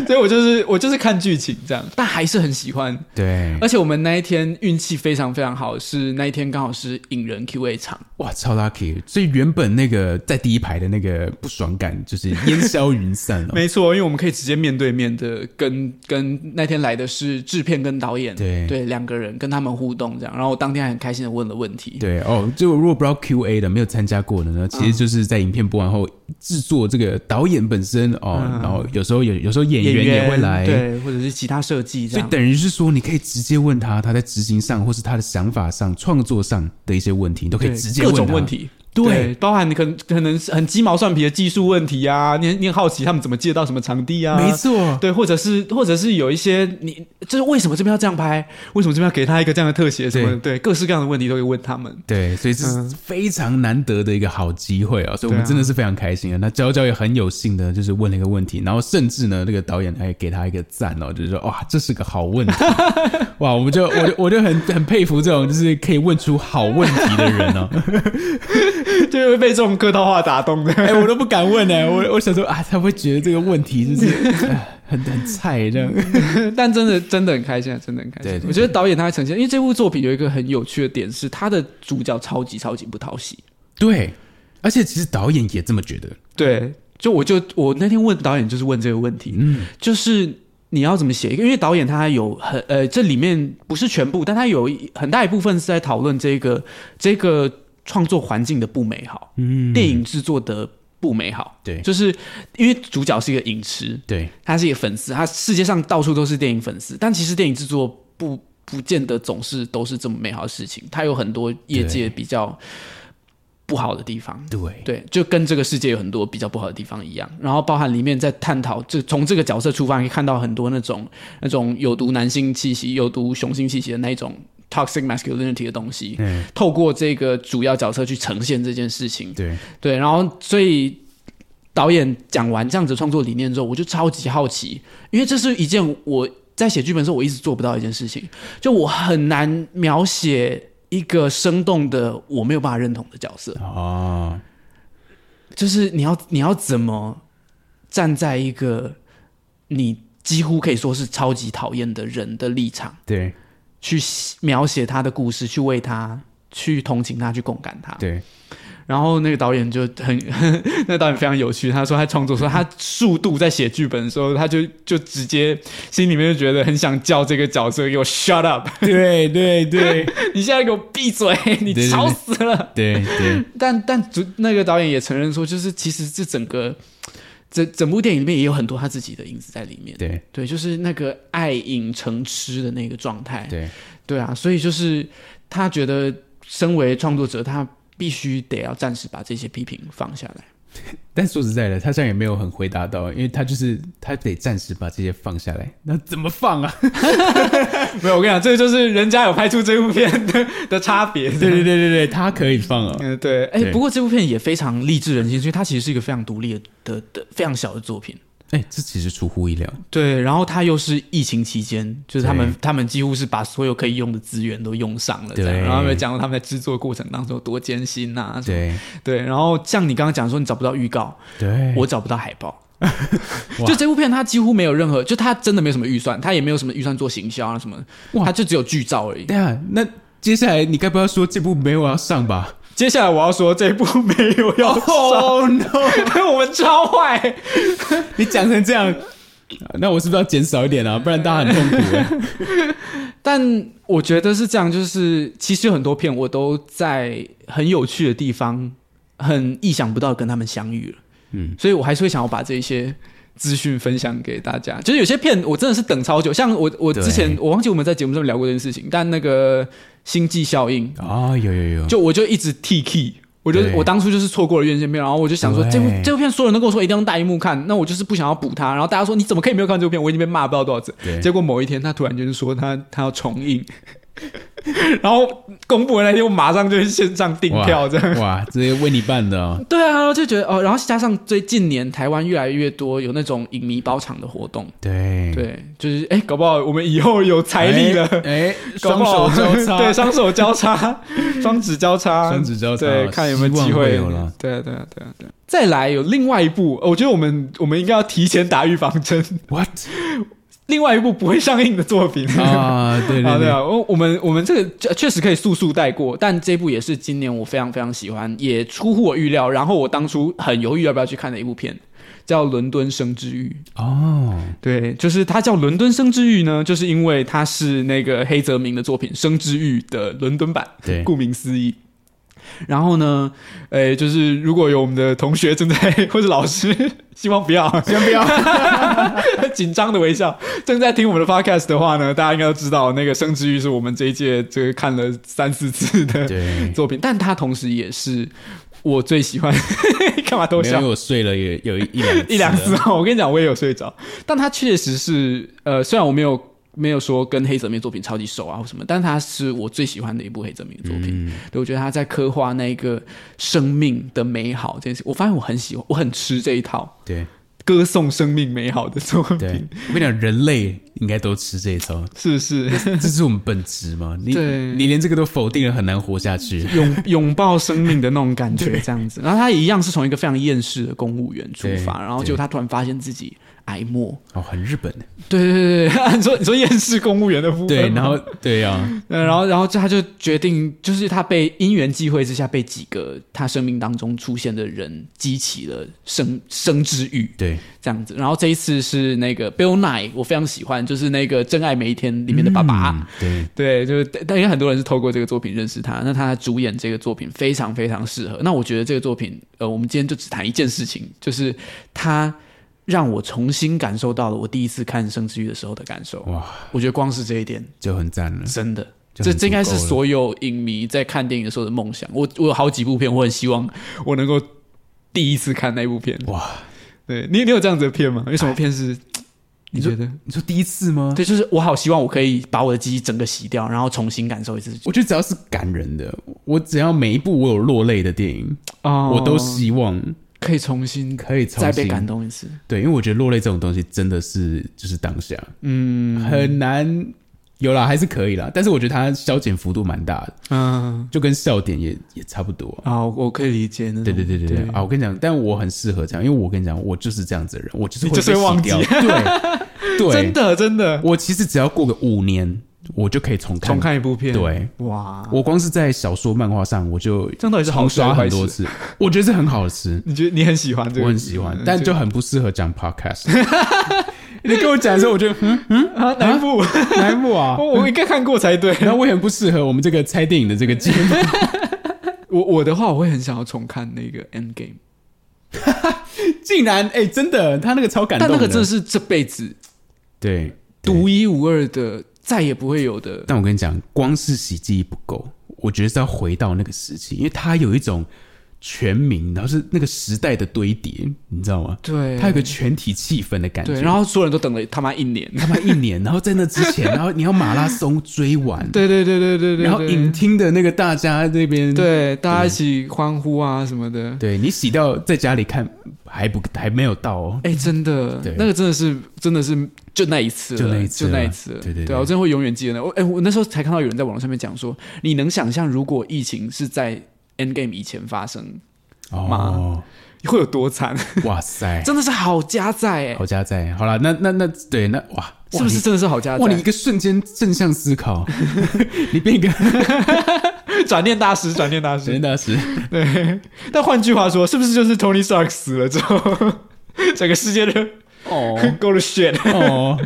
Speaker 4: 所以我就是我就是看剧情这样，但还是很喜欢。
Speaker 6: 对，
Speaker 4: 而且我们那一天运气非常非常好，是那一天刚好是影人 Q&A 场，
Speaker 6: 哇，超 lucky！所以原本那个在第一排的那个不爽感就是烟消云散哦了、
Speaker 4: 没错，因为我们可以直接面对面的跟跟那天来的是制片跟导演，
Speaker 6: 对
Speaker 4: 对两个人跟他们互动这样，然后我当天还很开心的问了问题，
Speaker 6: 对哦，就如果不知道 Q A 的，没有参加过的
Speaker 4: 嗯
Speaker 6: 呢，其实就是在影片播完后，制作这个导演本身哦，然后有时候有有时候演
Speaker 4: 嗯演
Speaker 6: 员
Speaker 4: 员
Speaker 6: 也会来，
Speaker 4: 对，或者是其他设计这
Speaker 6: 所以
Speaker 4: 样。
Speaker 6: 等于是说，你可以直接问他，他在执行上或是他的想法上、创作上的一些问题，你都可以
Speaker 4: 对
Speaker 6: 直接
Speaker 4: 各
Speaker 6: 问他
Speaker 4: 种问，题，
Speaker 6: 对，
Speaker 4: 包含你可能可能是很鸡毛蒜皮的技术问题啊，你很你很好奇他们怎么借到什么场地啊，
Speaker 6: 没错，
Speaker 4: 对，或者是或者是有一些你就是为什么这边要这样拍，为什么这边要给他一个这样的特写什么的，对，各式各样的问题都会问他们。
Speaker 6: 对，所以这是非常难得的一个好机会啊、所以我
Speaker 4: 对
Speaker 6: 们
Speaker 4: 啊
Speaker 6: 真的是非常开心啊。那娇娇也很有幸的，就是问了一个问题，然后甚至呢，这个导演还给他一个赞哦，就是说哇，这是个好问 题，哇，我们就我就我就很很佩服这种就是可以问出好问题的人哦。
Speaker 4: 就会被这种客套话打动的。
Speaker 6: 哎、我都不敢问哎、我我想说啊，他会觉得这个问题就是 哎很很菜这样。
Speaker 4: 但真的真的很开心，啊，真的很开心。
Speaker 6: 对对对
Speaker 4: 我觉得导演他还呈现，因为这部作品有一个很有趣的点是，他的主角超级超级不讨喜。
Speaker 6: 对，而且其实导演也这么觉得。
Speaker 4: 对，就我就我那天问导演就是问这个问题，嗯，就是你要怎么写一个？因为导演他有很呃，这里面不是全部，但他有一很大一部分是在讨论这个这个创作环境的不美好，嗯，电影制作的不美好。
Speaker 6: 对
Speaker 4: 就是因为主角是一个影痴，
Speaker 6: 对
Speaker 4: 他是一个粉丝，他世界上到处都是电影粉丝，但其实电影制作不不见得总是都是这么美好的事情，它有很多业界比较不好的地方。
Speaker 6: 对
Speaker 4: 对，就跟这个世界有很多比较不好的地方一样，然后包含里面在探讨，就从这个角色出发，你可以看到很多那种那种有毒男性气息、有毒雄性气息的那一种 toxic masculinity 的东西，
Speaker 6: 嗯
Speaker 4: 透过这个主要角色去呈现这件事情，
Speaker 6: 对，
Speaker 4: 对，然后所以导演讲完这样子的创作理念之后，我就超级好奇，因为这是一件我在写剧本的时候我一直做不到的一件事情，就我很难描写一个生动的我没有办法认同的角色，
Speaker 6: 哦，
Speaker 4: 就是你要你要怎么站在一个你几乎可以说是超级讨厌的人的立场
Speaker 6: 对
Speaker 4: 去描写他的故事，去为他。去同情他，去共感他。
Speaker 6: 对，
Speaker 4: 然后那个导演就很， 那个导演非常有趣，他说他创作说他速度在写剧本的时候，他就就直接心里面就觉得很想叫这个角色给我 shut up，
Speaker 6: 对对对
Speaker 4: 你现在给我闭嘴，你
Speaker 6: 对对
Speaker 4: 吵死了。
Speaker 6: 对对，
Speaker 4: 但但主那个导演也承认说，就是其实这整个整整部电影里面也有很多他自己的影子在里面。
Speaker 6: 对
Speaker 4: 对，就是那个爱影成痴的那个状态。
Speaker 6: 对
Speaker 4: 对啊，所以就是他觉得身为创作者，他必须得要暂时把这些批评放下来。
Speaker 6: 但说实在的，他这样也没有很回答到，因为他就是他得暂时把这些放下来，那怎么放啊？
Speaker 4: 没有，我跟你讲，这就是人家有拍出这部片的 的差别。
Speaker 6: 对对对对对，他可以放啊。
Speaker 4: 嗯，对，哎、
Speaker 6: 对
Speaker 4: 不过这部片也非常励志人心，所以它其实是一个非常独立的的的非常小的作品。
Speaker 6: 哎、这其实出乎意料，
Speaker 4: 对，然后它又是疫情期间，就是他们
Speaker 6: 对
Speaker 4: 他们几乎是把所有可以用的资源都用上了，
Speaker 6: 对
Speaker 4: 这样。然后他们讲到他们在制作过程当中有多艰辛呐、啊，什么
Speaker 6: 对
Speaker 4: 对。然后像你刚刚讲说你找不到预告，
Speaker 6: 对，
Speaker 4: 我找不到海报。就这部片，它几乎没有任何，就它真的没有什么预算，它也没有什么预算做行销啊什么，
Speaker 6: 哇
Speaker 4: 它就只有剧照而已。
Speaker 6: 对啊，那接下来你该不要说这部没有要上 吧？
Speaker 4: 接下来我要说这部没有要上
Speaker 6: 哦
Speaker 4: no！我们超坏，
Speaker 6: 你讲成这样，那我是不是要减少一点啊？不然大家很痛苦、 欸。
Speaker 4: 但我觉得是这样，就是其实有很多片我都在很有趣的地方，很意想不到跟他们相遇了。嗯，所以我还是会想要把这一些资讯分享给大家。就是有些片我真的是等超久，像我我之前
Speaker 6: 对
Speaker 4: 我忘记我们在节目上聊过这件事情，但那个《星际效应》
Speaker 6: 哦，有有有，
Speaker 4: 就我就一直 T K，我就
Speaker 6: 对
Speaker 4: 我当初就是错过了院线片，然后我就想说
Speaker 6: 对
Speaker 4: 这部这部片所有人都跟我说一定要用大荧幕看，那我就是不想要补它。然后大家说你怎么可以没有看这部片？我已经被骂不知道多少次
Speaker 6: 对。
Speaker 4: 结果某一天他突然间说他他要重映， 然后公布的那天我马上就去线上订
Speaker 6: 哇
Speaker 4: 票这样。
Speaker 6: 哇，这些为你办的哦。
Speaker 4: 对啊，然后就觉得哦，然后加上最近年台湾越来越多有那种影迷包场的活动，
Speaker 6: 对，
Speaker 4: 对，就是哎，搞不好我们以后有财
Speaker 6: 嗯哎
Speaker 4: 力了，
Speaker 6: 哎，
Speaker 4: 搞
Speaker 6: 双
Speaker 4: 不好
Speaker 6: 手交叉，
Speaker 4: 对，双手 交叉，双指交叉，
Speaker 6: 双指交叉
Speaker 4: 对，看有没有机
Speaker 6: 希望会
Speaker 4: 会
Speaker 6: 有啦。
Speaker 4: 对啊，对啊，对啊，对啊。再来有另外一部，呃我觉得我们我们应该要提前打预防针。
Speaker 6: ，what
Speaker 4: 另外一部不会上映的作品
Speaker 6: 啊？对
Speaker 4: 啊，
Speaker 6: 对
Speaker 4: 对
Speaker 6: 对
Speaker 4: 啊，我我们我们这个确确实可以速速带过，但这部也是今年我非常非常喜欢，也出乎我预料。然后我当初很犹豫要不要去看的一部片，叫《伦敦生之欲》。
Speaker 6: 哦，
Speaker 4: 对，就是它叫《伦敦生之欲》呢，就是因为它是那个黑泽明的作品《生之欲》的伦敦版，
Speaker 6: 对
Speaker 4: 顾名思义。然后呢，诶，就是如果有我们的同学正在 或者老师，希望不要，希望不要 紧张的微笑，正在听我们的 podcast 的话呢，大家应该都知道，那个《生之欲》是我们这一届这个看了三四次的
Speaker 6: 对
Speaker 4: 作品，但它同时也是我最喜欢 干嘛都
Speaker 6: 没有，
Speaker 4: 笑
Speaker 6: 因为。我睡了也有一一两
Speaker 4: 一两次
Speaker 6: 次 了，
Speaker 4: 哦，我跟你讲，我也有睡着，但他确实是，呃，虽然我没有没有说跟黑泽明作品超级熟啊或什么，但他是我最喜欢的一部黑泽明的作品。对，我觉得他在刻画那一个生命的美好这件事，我发现我很喜欢，我很吃这一套
Speaker 6: 对
Speaker 4: 歌颂生命美好的作
Speaker 6: 对
Speaker 4: 品，，
Speaker 6: 我跟你讲，人类应该都吃这一招，
Speaker 4: 是不是？
Speaker 6: 这是我们本质嘛。你
Speaker 4: 对
Speaker 6: 你连这个都否定了，很难活下去。
Speaker 4: 拥拥抱生命的那种感觉，这样子。然后他一样是从一个非常厌世的公务员出发，
Speaker 6: 对
Speaker 4: 然后就他突然发现自己癌末。
Speaker 6: 哦，很日本，
Speaker 4: 对对对对， 你说你说厌世公务员的部分吗，
Speaker 6: 对，然后对啊，
Speaker 4: 呃，然后，然后他就决定，就是他被因缘际会之下，被几个他生命当中出现的人激起了生生之欲，
Speaker 6: 对，
Speaker 4: 这样子。然后这一次是那个 Bill Nye，我非常喜欢，就是那个《真爱每一天》里面的爸爸。
Speaker 6: 嗯对，
Speaker 4: 对，就是但因为很多人是透过这个作品认识他，那他主演这个作品非常非常适合。那我觉得这个作品，呃，我们今天就只谈一件事情，就是他让我重新感受到了我第一次看《生之欲》的时候的感受。
Speaker 6: 哇，
Speaker 4: 我觉得光是这一点，
Speaker 6: 就很赞了。
Speaker 4: 真的。
Speaker 6: 就
Speaker 4: 这
Speaker 6: 很
Speaker 4: 这应该是
Speaker 6: 足够了
Speaker 4: 所有影迷在看电影的时候的梦想。我我有好几部片，我很希望我能够第一次看那部片。
Speaker 6: 哇，
Speaker 4: 对你你有这样子的片吗？有什么片是你
Speaker 6: 说
Speaker 4: 觉得？
Speaker 6: 你说第一次吗？
Speaker 4: 对，就是我好希望我可以把我的记忆整个洗掉，然后重新感受一次。
Speaker 6: 我觉得只要是感人的，我只要每一部我有落泪的电影，
Speaker 4: 哦
Speaker 6: 我都希望
Speaker 4: 可以重新
Speaker 6: 可以重新
Speaker 4: 再被感。动一次。
Speaker 6: 对，因为我觉得落泪这种东西真的是就是当下，嗯，很难。有啦，还是可以啦，但是我觉得它消减幅度蛮大的，
Speaker 4: 嗯
Speaker 6: 就跟笑点也也差不多啊、
Speaker 4: 啊，我可以理解那种。
Speaker 6: 对对对对对啊！我跟你讲，但我很适合这样，因为我跟你讲，我就是这样子的人，我就是会被洗掉。
Speaker 4: 你就是
Speaker 6: 对对，
Speaker 4: 真，的真的，
Speaker 6: 我其实只要过个五年，我就可以重看。
Speaker 4: 重看一部片，
Speaker 6: 对，
Speaker 4: 哇，
Speaker 6: 我光是在小说、漫画上，我就
Speaker 4: 这样到底是好
Speaker 6: 重
Speaker 4: 事还
Speaker 6: 刷
Speaker 4: 是
Speaker 6: 很
Speaker 4: 坏
Speaker 6: 多次，我觉得是很好的吃。
Speaker 4: 你觉得你很喜欢这个？
Speaker 6: 我很喜欢
Speaker 4: 嗯，
Speaker 6: 但就很不适合讲 podcast。你 跟我讲的时候，我就嗯嗯，
Speaker 4: 啊，哪一部？
Speaker 6: 来不啊
Speaker 4: 我，我应该看过 才对。
Speaker 6: 然后我也很不适合我们这个猜电影的这个节目。
Speaker 4: 我我的话，我会很想要重看那个《End Game》，
Speaker 6: 竟然，哎，真的，他那个超感动
Speaker 4: 但
Speaker 6: 的，
Speaker 4: 那个真的是这辈子
Speaker 6: 对。对
Speaker 4: 独一无二的，再也不会有的。
Speaker 6: 但我跟你讲，光是洗记忆不够，我觉得是要回到那个时期，因为它有一种全民，然后是那个时代的堆叠，你知道吗？
Speaker 4: 对，
Speaker 6: 它有个全体气氛的感觉。
Speaker 4: 对，然后所有人都等了他妈一年。
Speaker 6: 他妈一年，然后在那之前，然后你要马拉松追完，
Speaker 4: 对对对对对对，
Speaker 6: 然后
Speaker 4: 对
Speaker 6: 影厅的那个大家那边，
Speaker 4: 对大家一起欢呼啊什么的。
Speaker 6: 对，你洗掉在家里看还不还没有到哦。
Speaker 4: 哎，真的
Speaker 6: 对，
Speaker 4: 那个真的是真的是就那一次了，
Speaker 6: 就那一次
Speaker 4: 就那一
Speaker 6: 了
Speaker 4: 次了。
Speaker 6: 对对
Speaker 4: 对
Speaker 6: 对
Speaker 4: 啊我真的会永远记得那。我哎，我那时候才看到有人在网络上面讲说，你能想象如果疫情是在 End Game 以前发生，
Speaker 6: 哦
Speaker 4: 妈，会有多惨？
Speaker 6: 哇 塞，
Speaker 4: 真的是好加载哎、
Speaker 6: 哎好家在，好了，那那那对，那哇，
Speaker 4: 是不是
Speaker 6: 哇
Speaker 4: 真的是好加
Speaker 6: 你？
Speaker 4: 载？
Speaker 6: 哇，你一个瞬间正向思 考，你变一个
Speaker 4: 转念大 师，转念大
Speaker 6: 真
Speaker 4: 师。
Speaker 6: 的是。
Speaker 4: 对， 但换句话说，是不是就是 Tony Stark 死了之后， 整个世界都
Speaker 6: 哦
Speaker 4: go to shit？
Speaker 6: 哦，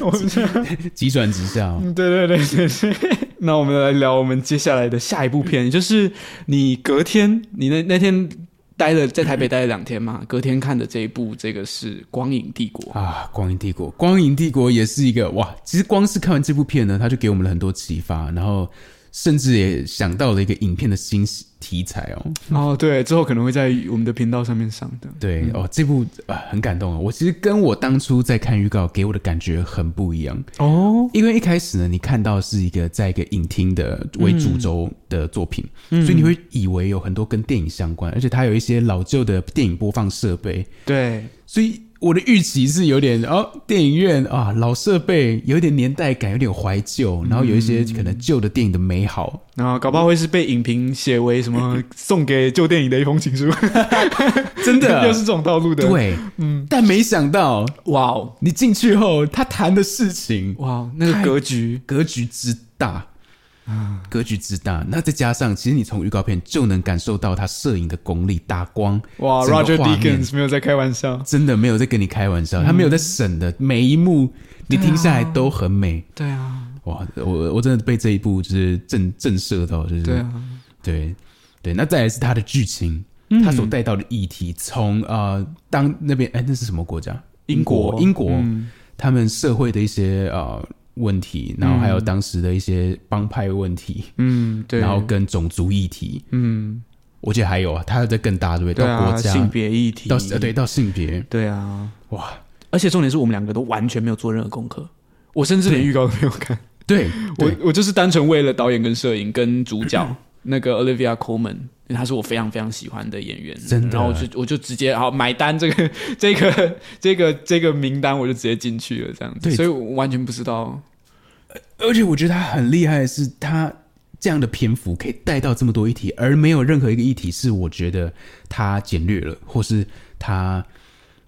Speaker 4: 我们这
Speaker 6: 急转直下、哦。
Speaker 4: 对对对对对。 那我们来聊我们接下来的下一部片，也就是你隔天，你那那天待了在台北待了两天嘛，隔天看的这一部，这个是《光影帝国》。
Speaker 6: 啊，光影帝国，光影帝国也是一个哇！其实光是看完这部片呢，它就给我们了很多启发，然后甚至也想到了一个影片的新题材哦。
Speaker 4: 哦，对，之后可能会在我们的频道上面上的。
Speaker 6: 对、哦，这部啊很感动啊、哦！我其实跟我当初在看预告给我的感觉很不一样，
Speaker 4: 哦，
Speaker 6: 因为一开始呢，你看到是一个在一个影厅的为主轴的作品，所以你会以为有很多跟电影相关，而且它有一些老旧的电影播放设备，
Speaker 4: 对，
Speaker 6: 所以我的预期是有点哦，电影院啊，老设备有点年代感，有点怀旧，然后有一些可能旧的电影的美好。
Speaker 4: 然后搞不好会是被影评写为什么送给旧电影的一封情书，嗯 真
Speaker 6: 的
Speaker 4: 又是这种套路的。，
Speaker 6: 对，嗯，但没想到
Speaker 4: 哇哦，
Speaker 6: 你进去后，他谈的事情
Speaker 4: 哇哦，那个格局，
Speaker 6: 格局之大。格局之大，那再加上，其实你从预告片就能感受到他摄影的功力、打光，
Speaker 4: 哇
Speaker 6: 整个
Speaker 4: ，Roger
Speaker 6: 画面
Speaker 4: Deakins 嗯没有在开玩笑。
Speaker 6: 真的没有在跟你开玩笑，他没有在省的，每一幕
Speaker 4: 啊
Speaker 6: 你听下来都很美。
Speaker 4: 对啊，
Speaker 6: 哇，我我真的被这一部就是震震慑到，就是
Speaker 4: 对啊，
Speaker 6: 对对，那再来是它的剧情，
Speaker 4: 嗯
Speaker 6: 它所带到的议题，从呃当那边哎那是什么国家？
Speaker 4: 英国嗯
Speaker 6: 英国，他们社会的一些呃问题，然后还有当时的一些帮派问题，
Speaker 4: 嗯，对，
Speaker 6: 然后跟种族议题，
Speaker 4: 嗯，
Speaker 6: 我记得还有啊，它还有在更大，对不对？
Speaker 4: 对
Speaker 6: 到
Speaker 4: 啊，
Speaker 6: 国家，
Speaker 4: 性别议题，
Speaker 6: 到呃对到性别，
Speaker 4: 对啊，
Speaker 6: 哇，
Speaker 4: 而且重点是我们两个都完全没有做任何功课，我甚至连预告都没有看，
Speaker 6: 对，
Speaker 4: 我
Speaker 6: 对
Speaker 4: 我就是单纯为了导演跟摄影跟主角 那个 Olivia Colman，因为她是我非常非常喜欢的演员，
Speaker 6: 真的
Speaker 4: 然后我就我就直接好买单这个 这个这个这个名单，我就直接进去了这样子，
Speaker 6: 对
Speaker 4: 所以我完全不知道。
Speaker 6: 而且我觉得他很厉害的是，他这样的篇幅可以带到这么多议题，而没有任何一个议题是我觉得他简略了，或是他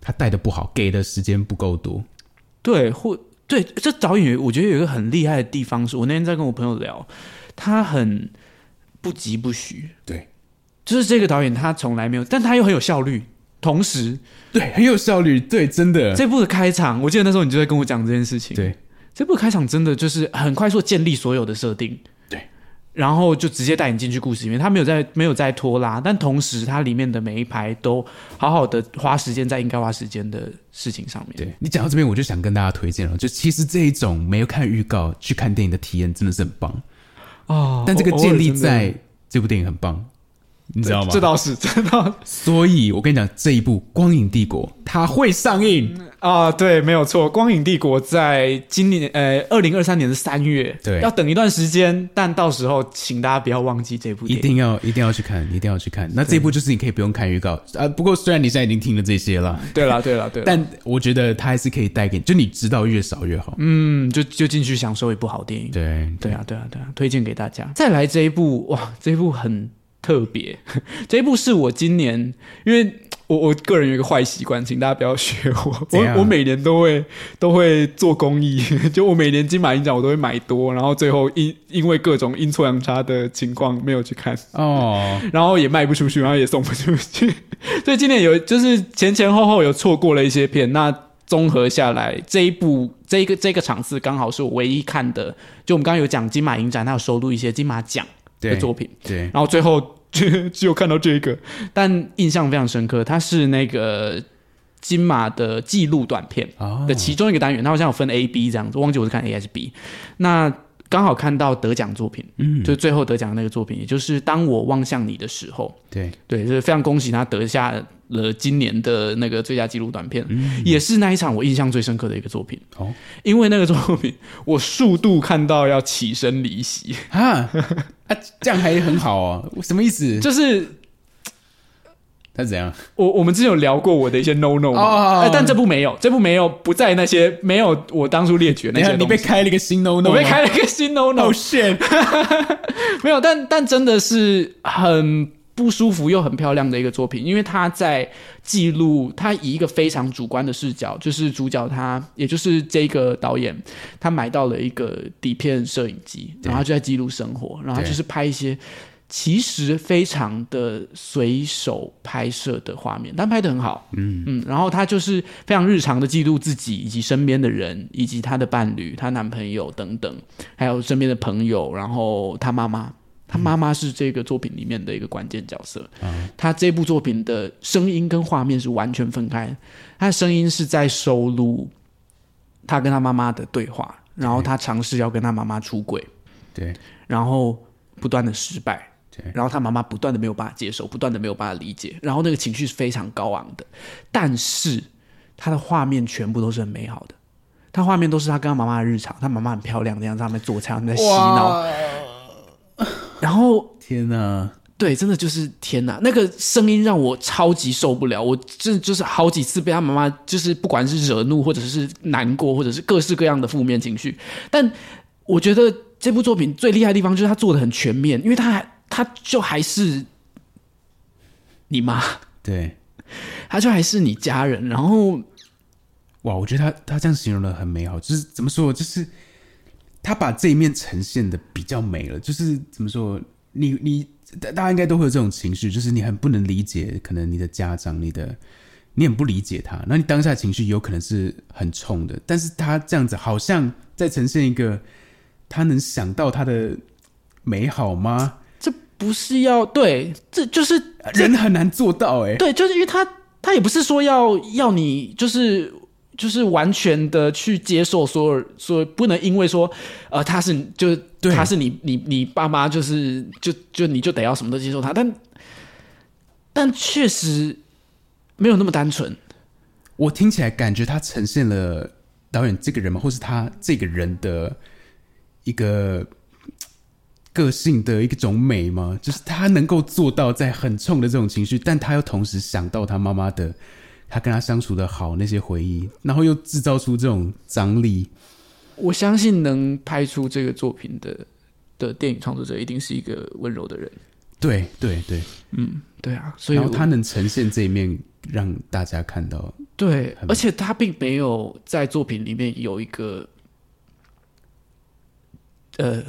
Speaker 6: 他带的不好，给的时间不够多。
Speaker 4: 对，或对这导演有，我觉得有一个很厉害的地方是，我那天在跟我朋友聊，他很不疾不徐，
Speaker 6: 对，
Speaker 4: 就是这个导演他从来没有，但他又很有效率。同时，
Speaker 6: 对，很有效率，对，真的，
Speaker 4: 这部的开场，我记得那时候你就在跟我讲这件事情。
Speaker 6: 对，
Speaker 4: 这部的开场真的就是很快速地建立所有的设定，
Speaker 6: 对，
Speaker 4: 然后就直接带你进去故事里面，他没有在没有在拖拉，但同时它里面的每一排都好好的花时间在应该花时间的事情上面。
Speaker 6: 对你讲到这边，我就想跟大家推荐了，就其实这一种没有看预告去看电影的体验真的是很棒，
Speaker 4: 哦，
Speaker 6: 但这个
Speaker 4: 偶
Speaker 6: 建立。
Speaker 4: 偶尔真的
Speaker 6: 在这部电影很棒，你知道吗？
Speaker 4: 这倒是，这倒是
Speaker 6: 所以我跟你讲，这一部《光影帝国》它会上映，
Speaker 4: 啊，对，没有错。光影帝国在今年呃二零二三年的三月，
Speaker 6: 对
Speaker 4: 要等一段时间，但到时候请大家不要忘记这部
Speaker 6: 一
Speaker 4: 电影。
Speaker 6: 定要一定要去看，一定要去看。那这一部就是你可以不用看预告啊、呃不过虽然你现在已经听了这些了，
Speaker 4: 对了，对了，对了，
Speaker 6: 但我觉得它还是可以带给你，就你知道越少越好。嗯，
Speaker 4: 嗯，就就进去享受一部好电影。
Speaker 6: 对
Speaker 4: 对啊，对啊，对啊，推荐给大家。再来这一部，哇，这一部很特别， 这一部是我今年，因为我我个人有一个坏习惯，请大家不要学我，
Speaker 6: 怎样
Speaker 4: 我我每年都会都会做公益， 就我每年金马影展我都会买多，然后最后因因为各种阴错阳差的情况没有去看，
Speaker 6: 哦，
Speaker 4: 然后也卖不出去，然后也送不出去，所以今年有就是前前后后有错过了一些片。那综合下来，这一部这一个这个场次刚好是我唯一看的，就我们刚刚有讲金马影展，它有收录一些金马奖的
Speaker 6: 对
Speaker 4: 作品，
Speaker 6: 对，
Speaker 4: 然后最后 只只有看到这个，但印象非常深刻，它是那个金马的纪录短片。
Speaker 6: 哦
Speaker 4: 的，其中一个单元，它好像有分 A、B 这样子，忘记我是看 A 还是 B。那刚好看到得奖作品，嗯，就是最后得奖的那个作品，也就是《当我望向你的时候》。
Speaker 6: 对，
Speaker 4: 对，就是非常恭喜他得下了今年的那个最佳纪录短片，也是那一场我印象最深刻的一个作品。
Speaker 6: 嗯哦，
Speaker 4: 因为那个作品，我数度看到要起身离席，
Speaker 6: 哈啊，这样还很好哦，什么意思？
Speaker 4: 就是
Speaker 6: 他怎样？
Speaker 4: 我我们之前有聊过我的一些 no no 嘛，
Speaker 6: 哦
Speaker 4: 哎但这部没有，这部没有不在那些没有我当初列举的
Speaker 6: 等一
Speaker 4: 那
Speaker 6: 下
Speaker 4: 些
Speaker 6: 你被
Speaker 4: 东西。
Speaker 6: 开了一个新哦 no no，
Speaker 4: 我被开了一个新 no no，
Speaker 6: 哦 shit，
Speaker 4: 没有，但但真的是很不舒服又很漂亮的一个作品，因为它在记录，它以一个非常主观的视角，就是主角他，也就是这个导演，他买到了一个底片摄影机，然后他就在记录生活，然后他就是拍一些。其实非常的随手拍摄的画面，但拍的很好，嗯嗯，然后他就是非常日常的记录自己以及身边的人，以及她的伴侣、她男朋友等等，还有身边的朋友，然后她妈妈，她妈妈是这个作品里面的一个关键角色。她这部作品的声音跟画面是完全分开的，她的声音是在收录她跟她妈妈的对话，然后她尝试要跟她妈妈出轨，
Speaker 6: 对，
Speaker 4: 然后不断的失败
Speaker 6: 对。
Speaker 4: 然后她妈妈不断的没有办法接受，不断的没有办法理解，然后那个情绪是非常高昂的，但是她的画面全部都是很美好的，她画面都是她跟她妈妈的日常，她妈妈很漂亮的样子，他们在做菜，他们在洗脑，然后
Speaker 6: 天哪，
Speaker 4: 对，真的就是天哪，那个声音让我超级受不了。我这就是好几次被他妈妈，就是不管是惹怒，或者是难过，或者是各式各样的负面情绪。但我觉得这部作品最厉害的地方就是他做的很全面，因为他还他就还是你妈，
Speaker 6: 对，
Speaker 4: 他就还是你家人，然后
Speaker 6: 哇，我觉得他他这样形容的很美好，就是怎么说，就是他把这一面呈现的比较美了，就是怎么说，你你大大家应该都会有这种情绪，就是你很不能理解，可能你的家长，你的你很不理解他，那你当下情绪有可能是很冲的，但是他这样子好像在呈现一个他能想到他的美好吗？
Speaker 4: 这不是要对，这就是
Speaker 6: 人很难做到哎、
Speaker 4: 对，就是因为他他也不是说要要你就是就是完全的去接受所有所有不能因为说呃他是就是
Speaker 6: 对
Speaker 4: 他是你你你爸妈就是就就你就得要什么都接受他，但但确实没有那么单纯。
Speaker 6: 我听起来感觉它呈现了导演这个人嘛，或是他这个人的一个呃个性的一种美吗？就是他能够做到在很冲的这种情绪，但他又同时想到他妈妈的，他跟他相处的好那些回忆，然后又制造出这种张力。
Speaker 4: 我相信能拍出这个作品的的电影创作者，一定是一个温柔的人。
Speaker 6: 对对对，
Speaker 4: 对啊，所以
Speaker 6: 嗯然后
Speaker 4: 我
Speaker 6: 他能呈现这一面让大家看到，
Speaker 4: 对，
Speaker 6: 很
Speaker 4: 而且他并没有在作品里面有一个，呃，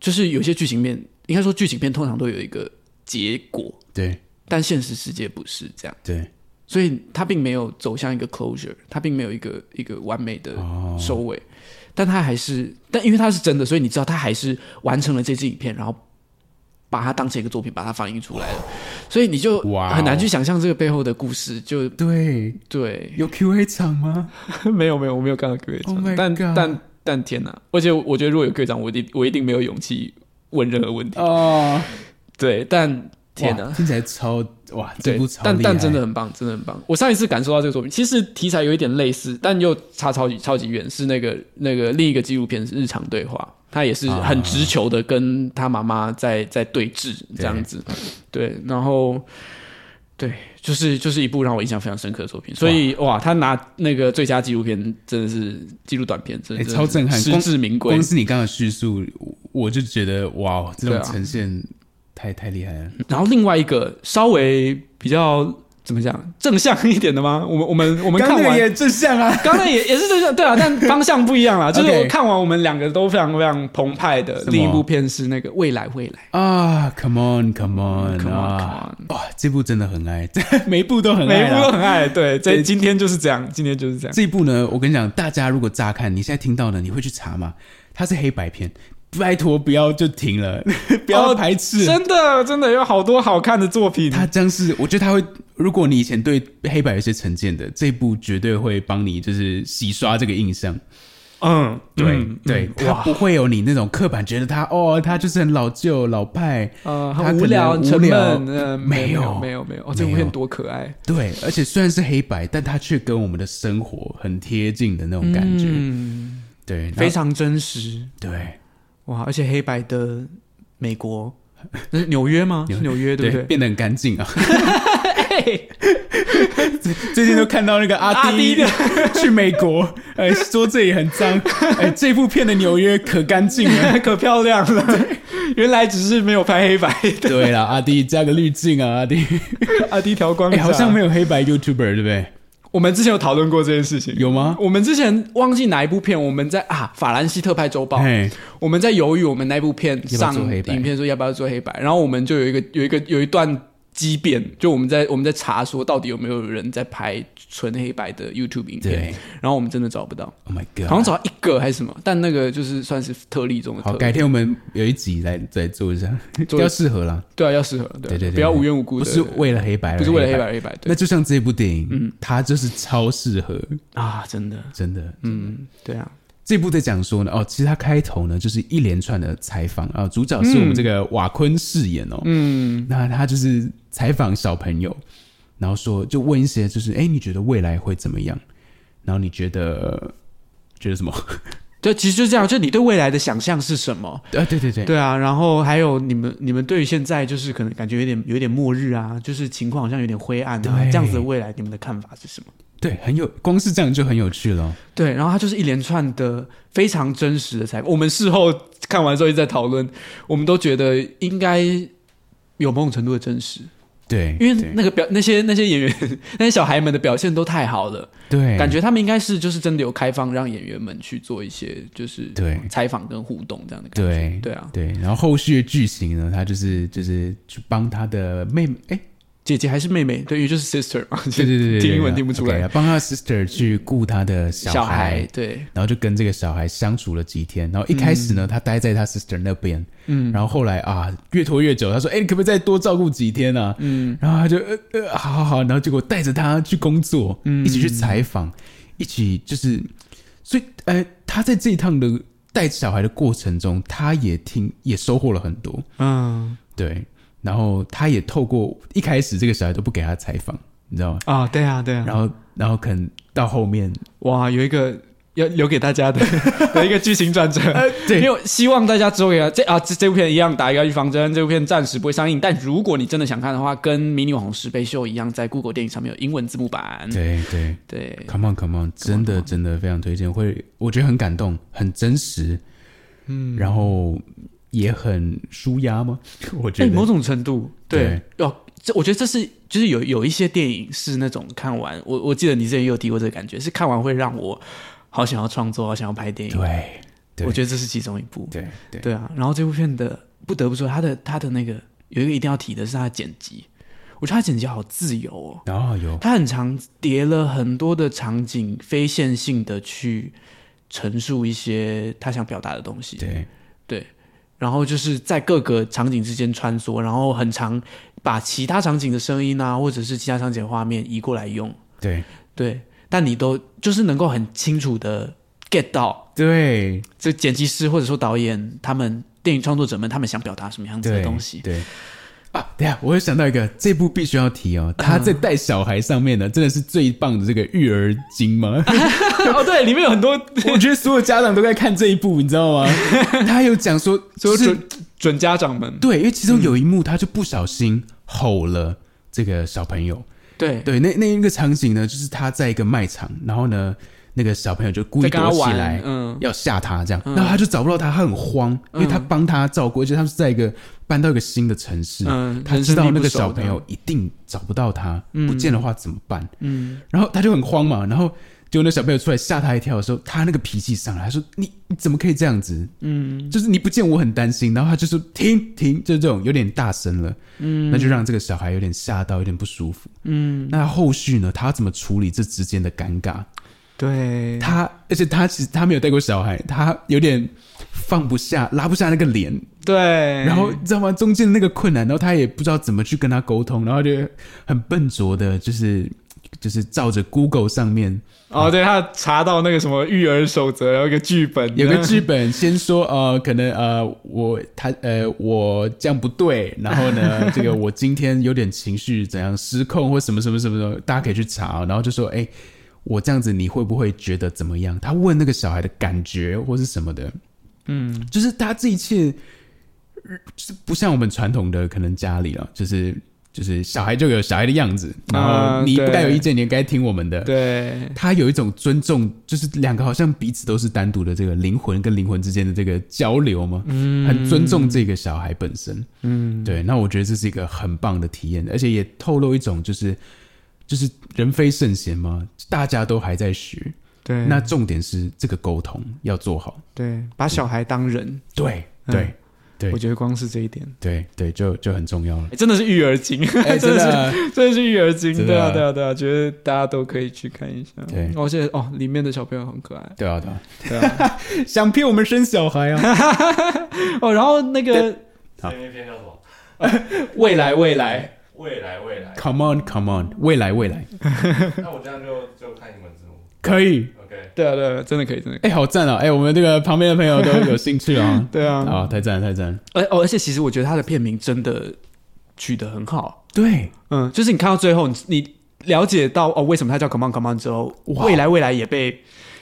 Speaker 4: 就是有些剧情片，应该说剧情片通常都有一个结果，
Speaker 6: 对
Speaker 4: 但现实世界不是这样，
Speaker 6: 对
Speaker 4: 所以他并没有走向一个 closure，他并没有一个一个完美的
Speaker 6: 哦
Speaker 4: 收尾，但他还是，但因为他是真的，所以你知道他还是完成了这支影片，然后把它当成一个作品，把它放映出来了，所以你就
Speaker 6: 哇哦
Speaker 4: 很难去想象这个背后的故事，就
Speaker 6: 对，
Speaker 4: 对，
Speaker 6: 有 Q&A 场吗？
Speaker 4: 没有没有，我没有看到 Q A 长
Speaker 6: Oh my
Speaker 4: 但
Speaker 6: God
Speaker 4: 但但天哪！而且我觉得如果有 Q A 长，我一定我一定没有勇气问任何问题。
Speaker 6: 哦，
Speaker 4: 对，但天
Speaker 6: 哇
Speaker 4: 哪！
Speaker 6: 听起来超哇，这
Speaker 4: 对
Speaker 6: 部，超
Speaker 4: 但
Speaker 6: 厉
Speaker 4: 但
Speaker 6: 害
Speaker 4: 真的很棒，真的很棒。我上一次感受到这个作品，其实题材有一点类似，但又差超级超级远。是那个那个另一个纪录片是《日常对话》，他也是
Speaker 6: 啊
Speaker 4: 很直球的跟他妈妈在在对峙这样子。对，然后对，就是就是一部让我印象非常深刻的作品。所以哇，他拿那个最佳纪录片真的是纪录短片，真的
Speaker 6: 哎
Speaker 4: 真的
Speaker 6: 超震撼
Speaker 4: 实
Speaker 6: 光
Speaker 4: 至名归
Speaker 6: 光。是你刚刚的叙述，我我就觉得哇，这
Speaker 4: 对
Speaker 6: 种
Speaker 4: 啊
Speaker 6: 呈现太、太厉害了。
Speaker 4: 然后另外一个稍微比较怎么讲正向一点的吗？我们我们我们看
Speaker 6: 刚那
Speaker 4: 完
Speaker 6: 个也正向啊，
Speaker 4: 刚才也也是这样，对啊，但方向不一 样啦。就是
Speaker 6: OK
Speaker 4: 我看完我们两个都非常非常澎湃的
Speaker 6: 什么
Speaker 4: 另一部片是那个《未来未来
Speaker 6: 啊，Come on，Come on，,
Speaker 4: Come on，
Speaker 6: 啊哇，这部真的很爱， 每一部都》，很
Speaker 4: 每
Speaker 6: 爱
Speaker 4: 一
Speaker 6: 啦
Speaker 4: 部都很爱。对，这今天就是这样，今天就是这样。
Speaker 6: 这一部呢，我跟你讲，大家如果乍看，你现在听到呢，你会去查吗？它是黑白片，拜托不要就停了， 不要排斥。
Speaker 4: 真的真的有好多好看的作品。
Speaker 6: 它将是，我觉得它会，如果你以前对黑白有一些成见的，这部绝对会帮你就是洗刷这个印象。
Speaker 4: 嗯，
Speaker 6: 对、
Speaker 4: 嗯
Speaker 6: 对，
Speaker 4: 嗯
Speaker 6: 他
Speaker 4: 哇，
Speaker 6: 不会有你那种刻板觉得他哦，他就是很老旧老派，
Speaker 4: 呃，
Speaker 6: 他
Speaker 4: 很
Speaker 6: 可
Speaker 4: 无聊，很
Speaker 6: 能
Speaker 4: 沉
Speaker 6: 无聊
Speaker 4: 闷。嗯，
Speaker 6: 没
Speaker 4: 有
Speaker 6: 有
Speaker 4: 没有没有，哦，这部
Speaker 6: 没有
Speaker 4: 片多可爱。
Speaker 6: 对，而且虽然是黑白，但他却跟我们的生活很贴近的那种感觉，
Speaker 4: 嗯，
Speaker 6: 对，然后
Speaker 4: 非常真实
Speaker 6: 对
Speaker 4: 哇！而且黑白的美国， 那是纽约吗？是纽约对不对？
Speaker 6: 变得很干净啊！
Speaker 4: 嘿
Speaker 6: 最近都看到那个阿弟
Speaker 4: 阿
Speaker 6: 去美国，哎，说这里很 脏，哎，这部片的纽约可干净了。
Speaker 4: 可漂亮 了，原来只是没有拍黑白的
Speaker 6: 对啦，阿弟加个滤镜啊，阿弟，
Speaker 4: 阿迪调光
Speaker 6: 哎，
Speaker 4: 闸
Speaker 6: 好像没有黑白 YouTuber 对不对？
Speaker 4: 我们之前有讨论过这件事情，
Speaker 6: 有吗？
Speaker 4: 我们之前忘记哪一部片，我们在啊法兰西特派周报，
Speaker 6: 哎，
Speaker 4: 我们在犹豫我们那部片
Speaker 6: 要不要
Speaker 4: 上
Speaker 6: 做黑白
Speaker 4: 影片说要不要做黑白，然后我们就有一个有一个有一段激辩，就我们在我们在查说到底有没有人在拍纯黑白的 YouTube 影片
Speaker 6: 对，
Speaker 4: 然后我们真的找不到，
Speaker 6: ，Oh my God，
Speaker 4: 好像找到一个还是什么，但那个就是算是特例中的特
Speaker 6: 好，
Speaker 4: 例，
Speaker 6: 改天我们有一集来再做一下，比
Speaker 4: 做
Speaker 6: 较适合啦。
Speaker 4: 对啊要适合，
Speaker 6: 对对对
Speaker 4: 不要无缘无故
Speaker 6: 不
Speaker 4: 的，
Speaker 6: 是为了黑白而，
Speaker 4: 不是为了黑白而黑白，对
Speaker 6: 那就像这部电影，嗯，它就是超适合，
Speaker 4: 啊真的，
Speaker 6: 真的。
Speaker 4: 嗯对啊，
Speaker 6: 这部在讲说呢，哦，其实它开头呢就是一连串的采访啊，主角是我们这个瓦昆饰演哦，嗯，那他就是采访小朋友，然后说就问一些就是，哎，你觉得未来会怎么样？然后你觉得觉得什么？
Speaker 4: 对，其实就这样，就你对未来的想象是什么？
Speaker 6: 啊，对对对，
Speaker 4: 对啊，然后还有你们，你们对于现在就是可能感觉有点有点末日啊，就是情况好像有点灰暗啊，
Speaker 6: 对
Speaker 4: 这样子的未来，你们的看法是什么？
Speaker 6: 对，很有，光是这样就很有趣了哦。
Speaker 4: 对，然后他就是一连串的非常真实的采访，我们事后看完之后一直在讨论，我们都觉得应该有某种程度的真实，
Speaker 6: 对，
Speaker 4: 因为那个表那些那些演员 那些小孩们的表现都太好了，
Speaker 6: 对
Speaker 4: 感觉他们应该是就是真的有开放让演员们去做一些就是
Speaker 6: 对
Speaker 4: 采访跟互动这样的感觉，
Speaker 6: 对
Speaker 4: 对啊，
Speaker 6: 对，然后后续的剧情呢，他就是就是去帮他的妹妹，哎，
Speaker 4: 姐姐还是妹妹，对，因为就是 sister 嘛，
Speaker 6: 对对对对，
Speaker 4: 听英文
Speaker 6: 对
Speaker 4: 听不出来
Speaker 6: OK，帮他 sister 去顾他的
Speaker 4: 小
Speaker 6: 小
Speaker 4: 孩，对，
Speaker 6: 然后就跟这个小孩相处了几天，然后一开
Speaker 4: 嗯
Speaker 6: 始呢，他待在他 sister 那边，嗯，然后后来啊，越拖越久，他说，哎，你可不可以再多照顾几天啊？嗯，然后他就呃呃，好好好，然后结果带着他去工作，嗯，一起去采访，一起就是，所以呃，他在这一趟的带小孩的过程中，他也听也收获了很多，
Speaker 4: 嗯，
Speaker 6: 对，然后他也透过一开始这个小孩都不给他采访，你知道吗？
Speaker 4: 啊，对啊，对啊，
Speaker 6: 然后然后可能到后面，
Speaker 4: 哇，有一个要留给大家 的的一个剧情转折，
Speaker 6: 对
Speaker 4: 因为希望大家之后给他这啊这这部片一样打一个预防针，这部片暂时不会上映，但如果你真的想看的话，跟《迷你网红石碑秀》一样，在 Google 电影上面有英文字幕版。
Speaker 6: 对对
Speaker 4: 对，
Speaker 6: ，Come on，Come on，真的真的非常推荐，会我觉得很感动，很真实，嗯，然后也很舒压吗？ 我觉
Speaker 4: 哎，
Speaker 6: 得
Speaker 4: 某种程度，对
Speaker 6: 对，
Speaker 4: 哦，这我觉得这是就是有有一些电影是那种看完，我我记得你之前也有提过这个感觉，是看完会让我好想要创作，好想要拍电影。
Speaker 6: 对对
Speaker 4: 我觉得这是其中一部。
Speaker 6: 对对
Speaker 4: 对啊，然后这部片的不得不说，它的它的那个有一个一定要提的是它的剪辑，我觉得它剪辑好自由哦，
Speaker 6: 然后有
Speaker 4: 它很常叠了很多的场景，非线性的去陈述一些他想表达的东西。
Speaker 6: 对
Speaker 4: 对，然后就是在各个场景之间穿梭，然后很常把其他场景的声音啊，或者是其他场景的画面移过来用，
Speaker 6: 对
Speaker 4: 对，但你都就是能够很清楚的 get 到
Speaker 6: 对
Speaker 4: 这剪辑师或者说导演他们电影创作者们他们想表达什么样子的
Speaker 6: 对
Speaker 4: 东西。
Speaker 6: 对。啊，等一下，我又想到一个，这部必须要提哦。
Speaker 4: 嗯
Speaker 6: 他在带小孩上面呢，真的是最棒的这个育儿经吗？
Speaker 4: 哦，对，里面有很多
Speaker 6: 我觉得所有家长都在看这一部，你知道 吗？他有讲说，就
Speaker 4: 就
Speaker 6: 是是
Speaker 4: 准嗯准家长们，
Speaker 6: 对，因为其中有一幕他就不小心吼了这个小朋友。
Speaker 4: 对
Speaker 6: 对，那那一个场景呢，就是他在一个卖场，然后呢，那个小朋友就故意
Speaker 4: 在跟他
Speaker 6: 躲起
Speaker 4: 玩
Speaker 6: 来，
Speaker 4: 嗯
Speaker 6: 要吓他这样，然后他就找不到他，他很慌，因为他帮他照顾，而且他们是在一个搬到一个新的城市，
Speaker 4: 嗯
Speaker 6: 他
Speaker 4: 人
Speaker 6: 知
Speaker 4: 生地
Speaker 6: 道
Speaker 4: 不
Speaker 6: 那个
Speaker 4: 熟
Speaker 6: 小
Speaker 4: 的
Speaker 6: 朋友一定找不到他，不见的话怎么办？嗯，然后他就很慌嘛，然后。结果那小朋友出来吓他一跳的时候，他那个脾气上来，他说：“你你怎么可以这样子？嗯，就是你不见我很担心。”然后他就说：“停停，就是这种有点大声了。”嗯，那就让这个小孩有点吓到，有点不舒服。嗯，那后续呢？他要怎么处理这之间的尴尬？
Speaker 4: 对，
Speaker 6: 他，而且他其实他没有带过小孩，他有点放不下、拉不下那个脸，
Speaker 4: 对，
Speaker 6: 然后你知道吗？中间的那个困难，然后他也不知道怎么去跟他沟通，然后就很笨拙的，就是就是照着 Google 上面
Speaker 4: 哦，对他查到那个什么育儿守则，然后一个剧本，
Speaker 6: 有个剧本，先说呃，可能呃，我他呃，我这样不对，然后 呢，这个我今天有点情绪怎样失控或什么什么什么什么，大家可以去查、然后就说，哎、我这样子你会不会觉得怎么样？他问那个小孩的感觉或是什么的，嗯，就是他这一切，呃就是不像我们传统的可能家里了，就是。就是小孩就有小孩的样子，然
Speaker 4: 啊
Speaker 6: 后你不该有
Speaker 4: 对
Speaker 6: 意见，你应该听我们的。
Speaker 4: 对，
Speaker 6: 他有一种尊重，就是两个好像彼此都是单独的这个灵魂跟灵魂之间的这个交流嘛，嗯，很尊重这个小孩本身，嗯，对。那我觉得这是一个很棒的体验，而且也透露一种就是就是人非圣贤嘛，大家都还在学，
Speaker 4: 对，
Speaker 6: 那重点是这个沟通要做好，
Speaker 4: 对，把小孩当人，
Speaker 6: 对
Speaker 4: 嗯
Speaker 6: 对对
Speaker 4: 我觉得光是这一点，。
Speaker 6: 对对，就就很重要 了
Speaker 4: 真的是育儿经，
Speaker 6: 哎，真
Speaker 4: 真的
Speaker 6: 的，
Speaker 4: 是真的是育儿经，
Speaker 6: 真的
Speaker 4: 对啊，对啊，对啊，觉得大家都可以去看一下。
Speaker 6: 对
Speaker 4: 而且哦，里面的小朋友很可爱，
Speaker 6: 对啊对啊，
Speaker 4: 对啊。
Speaker 6: 想骗我们生小孩啊？
Speaker 4: 哦，然后那个
Speaker 5: 所以那篇叫什么？
Speaker 4: 未来，未来，
Speaker 5: 未来未来。
Speaker 6: Come on，Come on，未来未来
Speaker 5: 那我这样就就看英文字幕。
Speaker 6: 可以。
Speaker 5: OK，
Speaker 4: 对啊，对啊，真的可以，真的可以。。
Speaker 6: 哎、好赞啊！哎、我们这个旁边的朋友都有兴趣啊
Speaker 4: 对啊，
Speaker 6: 啊，太赞了太赞了！
Speaker 4: 而哦，而且其实我觉得他的片名真的取得很好，
Speaker 6: 对，
Speaker 4: 嗯，就是你看到最后，你你了解到哦，为什么他叫 Come on Come on 之后，
Speaker 6: 哇
Speaker 4: 未来未来也被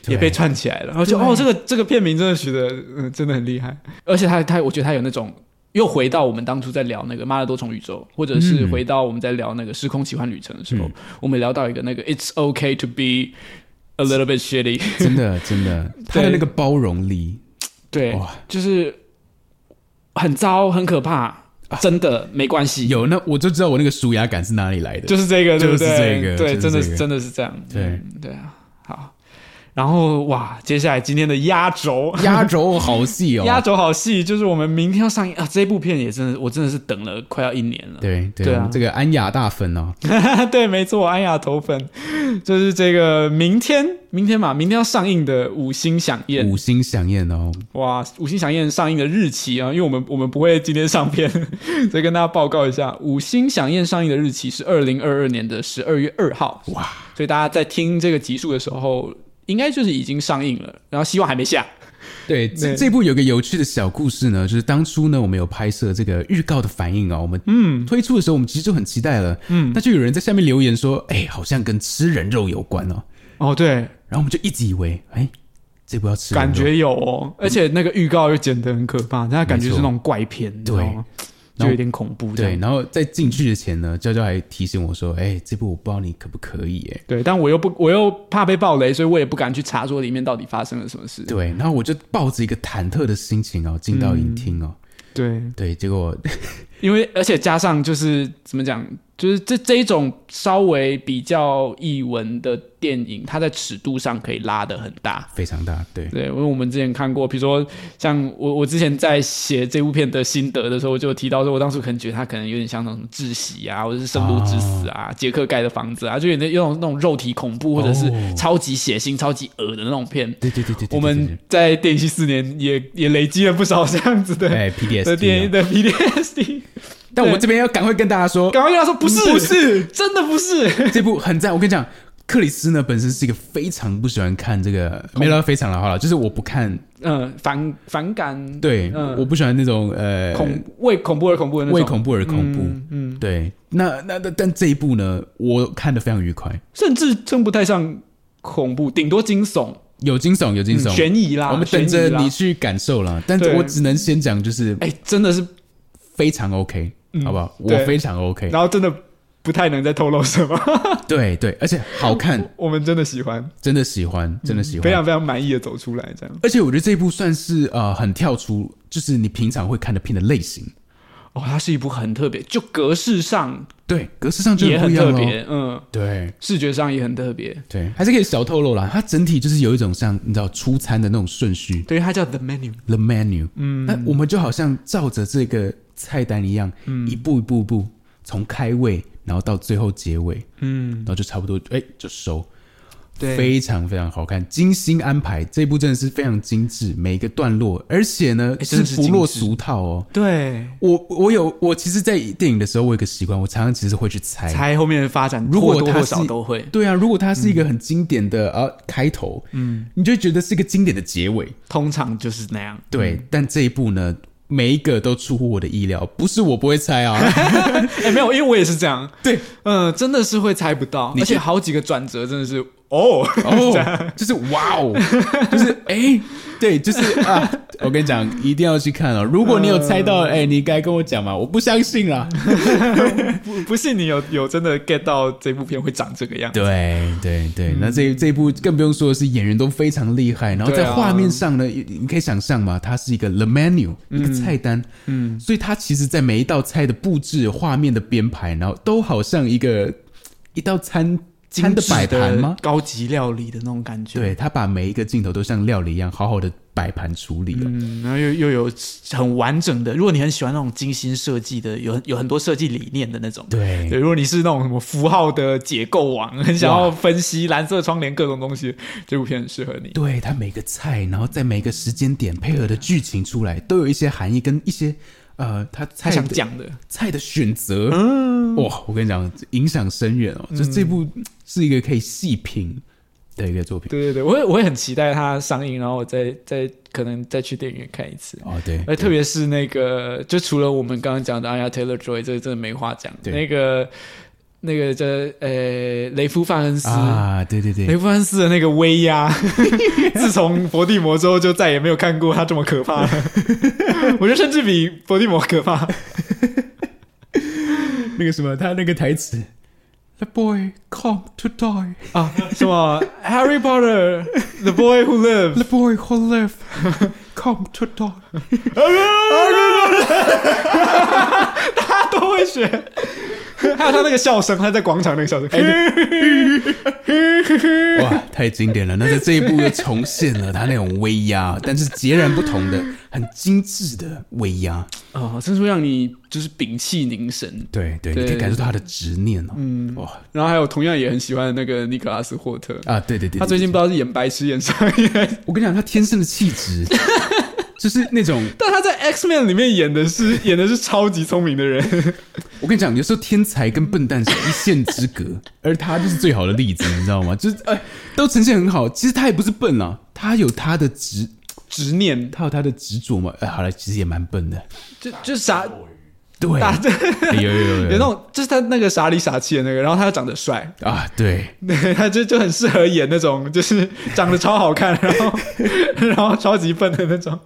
Speaker 6: 对
Speaker 4: 也被串起来了，然后就
Speaker 6: 对
Speaker 4: 哦，这个这个片名真的取得嗯真的很厉害，而且他他我觉得他有那种又回到我们当初在聊那个《妈的多重宇宙》，或者是回到我们在聊那个《时空奇幻旅程》的时候，我们聊到一个那个 It's okay to be a little bit shitty，
Speaker 6: 真的真的，他的那个包容力，
Speaker 4: 对
Speaker 6: 哇，
Speaker 4: 就是很糟很可怕，真的没关系，
Speaker 6: 啊有那我就知道我那个舒压感是哪里来的。
Speaker 4: 就是这个，对不对？
Speaker 6: 就是这个
Speaker 4: 对，
Speaker 6: 就是
Speaker 4: 真的
Speaker 6: 这
Speaker 4: 是
Speaker 6: 个
Speaker 4: 真的是这样。
Speaker 6: 对
Speaker 4: 嗯对啊，好。然后哇，接下来今天的压轴，
Speaker 6: 压轴好戏哦，
Speaker 4: 压轴好戏就是我们明天要上映啊！这部片也真的，我真的是等了快要一年了。
Speaker 6: 对对
Speaker 4: 对啊
Speaker 6: 我们这个安雅大粉哦，
Speaker 4: 对，没错，安雅头粉就是这个明天，明天嘛，明天要上映的《五星响宴》
Speaker 6: 五星响宴哦，
Speaker 4: 哇，《五星响宴》上映的日期啊，因为我们我们不会今天上片， 所以跟大家报告一下，《五星响宴》上映的日期是二零二二年的十二月二号。哇！所以大家在听这个集数的时候，应该就是已经上映了，然后希望还没下。
Speaker 6: 对，这这部有个有趣的小故事呢，就是当初呢，我们有拍摄这个预告的反应啊、我们嗯推出的时候，我们其实就很期待了，嗯，那就有人在下面留言说，哎、好像跟吃人肉有关哦，
Speaker 4: 哦，对，
Speaker 6: 然后我们就一直以为，哎、这部要吃人肉
Speaker 4: 感觉有哦，而且那个预告又剪得很可怕，但它感觉是那种怪片，你知道吗？就有点恐怖这
Speaker 6: 对，
Speaker 4: 样。
Speaker 6: 然后在进去之前呢，娇娇还提醒我说，哎、这部我不知道你可不可以、哎，
Speaker 4: 对，但我又不，我又怕被暴雷，所以我也不敢去查说里面到底发生了什么事。
Speaker 6: 对，然后我就抱着一个忐忑的心情哦，进到影厅哦，
Speaker 4: 对，
Speaker 6: 对，结果
Speaker 4: 因为而且加上就是怎么讲，就是这这一种稍微比较译文的电影，它在尺度上可以拉得很大。
Speaker 6: 非常大，对，
Speaker 4: 对，因为我们之前看过，比如说像我我之前在写这部片的心得的时候，我就有提到说，我当初可能觉得它可能有点像那种窒息啊，或者是圣都之死啊、杰克盖的房子啊，就有点有种那种肉体恐怖或者是
Speaker 6: 哦
Speaker 4: 超级血腥、超级恶的那种片。
Speaker 6: 对对对对对对对
Speaker 4: 我们在电影系四年也也累积了不少这样子的
Speaker 6: 哎 PDSD
Speaker 4: 的电影的 PDSD。
Speaker 6: 但我们这边要赶快跟大家 说，
Speaker 4: 赶快跟他说不是，
Speaker 6: 不是，
Speaker 4: 真的不是。
Speaker 6: 这部很赞，我跟你讲，克里斯呢本身是一个非常不喜欢看这个，没有到非常了，好了，就是我不看，
Speaker 4: 嗯，反反感，
Speaker 6: 对，
Speaker 4: 嗯
Speaker 6: 我不喜欢那种呃
Speaker 4: 恐为恐怖而恐怖的那种，
Speaker 6: 为恐怖而恐怖，
Speaker 4: 嗯嗯，
Speaker 6: 对，那那那但这一部呢，我看的非常愉快，
Speaker 4: 甚至称不太上恐怖，顶多惊悚、
Speaker 6: 有惊悚，有惊悚，
Speaker 4: 嗯悬疑啦。
Speaker 6: 我们
Speaker 4: 悬
Speaker 6: 等
Speaker 4: 疑
Speaker 6: 着
Speaker 4: 啦
Speaker 6: 你。去感受啦，但
Speaker 4: 对
Speaker 6: 我只能先讲，就是
Speaker 4: 哎，真的是，
Speaker 6: 非常 OK，、好不好？我
Speaker 4: 对
Speaker 6: 非常 OK，
Speaker 4: 然后真的不太能再透露什么。
Speaker 6: 对对，而且好看，
Speaker 4: 我们真的喜欢，
Speaker 6: 真的喜欢，真的喜欢，
Speaker 4: 嗯非常非常满意的走出来，这样。
Speaker 6: 而且我觉得这一部算是呃很跳出，就是你平常会看的片的类型。
Speaker 4: 哦，它是一部很特别，就格式上
Speaker 6: 对，格式上就
Speaker 4: 也
Speaker 6: 不
Speaker 4: 很
Speaker 6: 一样
Speaker 4: 特
Speaker 6: 咯
Speaker 4: 别，嗯，
Speaker 6: 对
Speaker 4: 视觉上也很特别。
Speaker 6: 对，还是可以小透露啦。它整体就是有一种像你知道出餐的那种顺序
Speaker 4: 对，它叫 The Menu。
Speaker 6: ，the menu。嗯，那我们就好像照着这个菜单一样，
Speaker 4: 嗯
Speaker 6: 一步一步一步从开胃，然后到最后结尾，嗯，然后就差不多，哎、就收。
Speaker 4: 对
Speaker 6: 非常非常好看，精心安排，这部真的是非常精致，每一个段落，而且呢、
Speaker 4: 哎真的是
Speaker 6: 不落
Speaker 4: 精致
Speaker 6: 俗套哦。
Speaker 4: 对，
Speaker 6: 我我有我其实，在电影的时候，我有一个习惯，我常常其实会去猜。
Speaker 4: 猜后面的发展，
Speaker 6: 如果
Speaker 4: 或多
Speaker 6: 它
Speaker 4: 或
Speaker 6: 是
Speaker 4: 少都会嗯
Speaker 6: 对啊，如果它是一个很经典的、呃开头，嗯，你就会觉得是一个经典的结尾。
Speaker 4: 通常就是那样。
Speaker 6: 对，但这一部呢，每一个都出乎我的意料，不是我不会猜啊。
Speaker 4: 哎、没有，因为我也是这样。
Speaker 6: 对，
Speaker 4: 嗯、真的是会猜不到，而且好几个转折真的是哦，
Speaker 6: 哦，就是哇哦，就是哎、对，就是啊，我跟你讲，一定要去看哦。如果你有猜
Speaker 4: 嗯
Speaker 6: 到，哎、你该跟我讲嘛，我不相信啊啦。
Speaker 4: 不不信你有有真的 get 到这部片会长这个样子。
Speaker 6: 对对
Speaker 4: 嗯
Speaker 6: 对，那这这一部更不用说的是演员都非常厉害，然后
Speaker 4: 对
Speaker 6: 在
Speaker 4: 啊
Speaker 6: 画面上呢，你你可以想象嘛，它是一个 the menu 一个菜单，嗯，所以它其实在每一道菜的布置、画面的编排，然后都好像一个一道餐餐
Speaker 4: 精
Speaker 6: 的
Speaker 4: 致
Speaker 6: 摆盘吗？
Speaker 4: 高级料理的那种感觉。，
Speaker 6: 对，他把每一个镜头都像料理一样，好好的摆盘处理了。
Speaker 4: 嗯，然后又又有很完整的，如果你很喜欢那种精心设计的，有有很多设计理念的那种。
Speaker 6: 对
Speaker 4: 对，如果你是那种什么符号的解构王，很想
Speaker 6: 哇
Speaker 4: 要分析蓝色窗帘各种东西，这部片很适合你。
Speaker 6: 对他每个菜，然后在每个时间点配合的剧情出来，都有一些含义跟一些呃，他
Speaker 4: 他
Speaker 6: 他
Speaker 4: 想讲的，
Speaker 6: 菜的选择，
Speaker 4: 嗯
Speaker 6: 哇，我跟你讲，影响深远哦。就这部是一个可以细品的一个作品
Speaker 4: 对对对，我会我会很期待它上映，然后我再再可能再去电影院看一次。
Speaker 6: 哦，对，
Speaker 4: 而
Speaker 6: 对
Speaker 4: 哎特别是那个，就除了我们刚刚讲的 Anya Taylor Joy，这个真的没话讲。
Speaker 6: 对
Speaker 4: 那个那个叫呃雷夫范恩斯，
Speaker 6: 啊，对对
Speaker 4: 雷
Speaker 6: 对，
Speaker 4: 夫范恩斯的那个威压， 自从伏地魔之后，就再也没有看过他这么可怕了。我觉得甚至比伏地魔可怕。
Speaker 6: 那个什么，他那个台词，The boy come to die,
Speaker 4: 啊，什么 Harry Potter, The Boy Who Lived，
Speaker 6: the boy who live, come to die。
Speaker 4: 他 都会学。 还有他那个笑声，他在广场那个笑声，
Speaker 6: 哎哇，太经典了！那在这一部又重现了他那种威 压，但是截然不同的、很精致的威压。
Speaker 4: 哦，真是会让你就是屏气凝神。
Speaker 6: 对对，
Speaker 4: 对
Speaker 6: 你可以感受到他的执念哦。嗯，哇
Speaker 4: 然后还有同样也很喜欢的那个尼克拉斯霍特，
Speaker 6: 啊，对对对，
Speaker 4: 他最近不知道是演白痴演上瘾，
Speaker 6: 我跟你讲，他天生的气质就是那种，
Speaker 4: 但他在 X Men 里面演的是演的是超级聪明的人，
Speaker 6: 我跟你讲，有时候天才跟笨蛋是一线之 隔，而他就是最好的 例子，你知道吗？就是哎，都呈现很好。其实他也不是笨啊，他有他的执，
Speaker 4: 执念，
Speaker 6: 他有他的执着嘛。哎，好了，其实也蛮笨的，
Speaker 4: 就就傻，
Speaker 5: 落雨，
Speaker 6: 对，哎
Speaker 4: 大
Speaker 6: 有有有
Speaker 4: 有那种就是他那个傻里傻气的那个，然后他又长得帅，
Speaker 6: 啊，对，
Speaker 4: 对，他就就很适合演那种就是长得超好看，然 后然后超级笨的那种。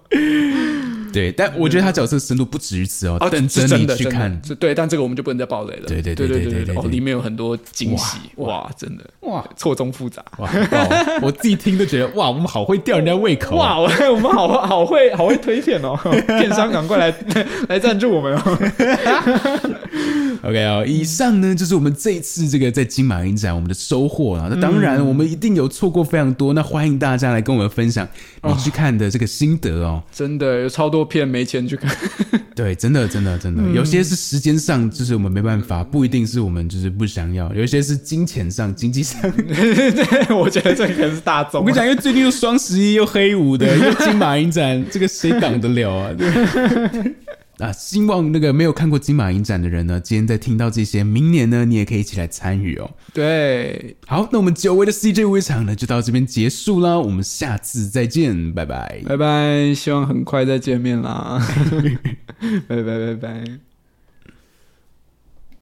Speaker 6: 对，但我觉得他角色深度不止于此哦
Speaker 4: 啊，，
Speaker 6: 等
Speaker 4: 是
Speaker 6: 着
Speaker 4: 真
Speaker 6: 你
Speaker 4: 的
Speaker 6: 去
Speaker 4: 真的
Speaker 6: 看，
Speaker 4: 是对，但这个我们就不能再爆雷了。
Speaker 6: 对
Speaker 4: 对
Speaker 6: 对对
Speaker 4: 对
Speaker 6: 对对
Speaker 4: 哦，
Speaker 6: 对
Speaker 4: 里面有很多惊喜，哇，真的哇，错综复杂。
Speaker 6: 哇，哇我自己听都觉得哇，我们好会吊人家胃口啊，
Speaker 4: 哇，我 我们好好会好会推荐 哦，电商赶快来 来来赞助我们哦。
Speaker 6: OK 啊、以上呢就是我们这一次这个在金马影展我们的收获啊。那当然，我们一定有错过非常多，那欢迎大家来跟我们分享你去看的这个心得哦。
Speaker 4: 真的有超多片没钱去看，
Speaker 6: 对，真的，真的，真的，有些是时间上就是我们没办法，不一定是我们就是不想要，有一些是金钱上、经济上。
Speaker 4: 对， 我觉得这可能是大众。啊
Speaker 6: 我跟你讲，因为最近又双十一，又黑五的，又金马影展，这个谁挡得了啊？对啊，希望那个没有看过金马影展的人呢，今天在听到这些，明年呢，你也可以一起来参与哦。
Speaker 4: 对，
Speaker 6: 好，那我们久违的 CJ 微场呢，就到这边结束啦。我们下次再见，拜拜。
Speaker 4: 拜拜，希望很快再见面啦，拜拜拜拜。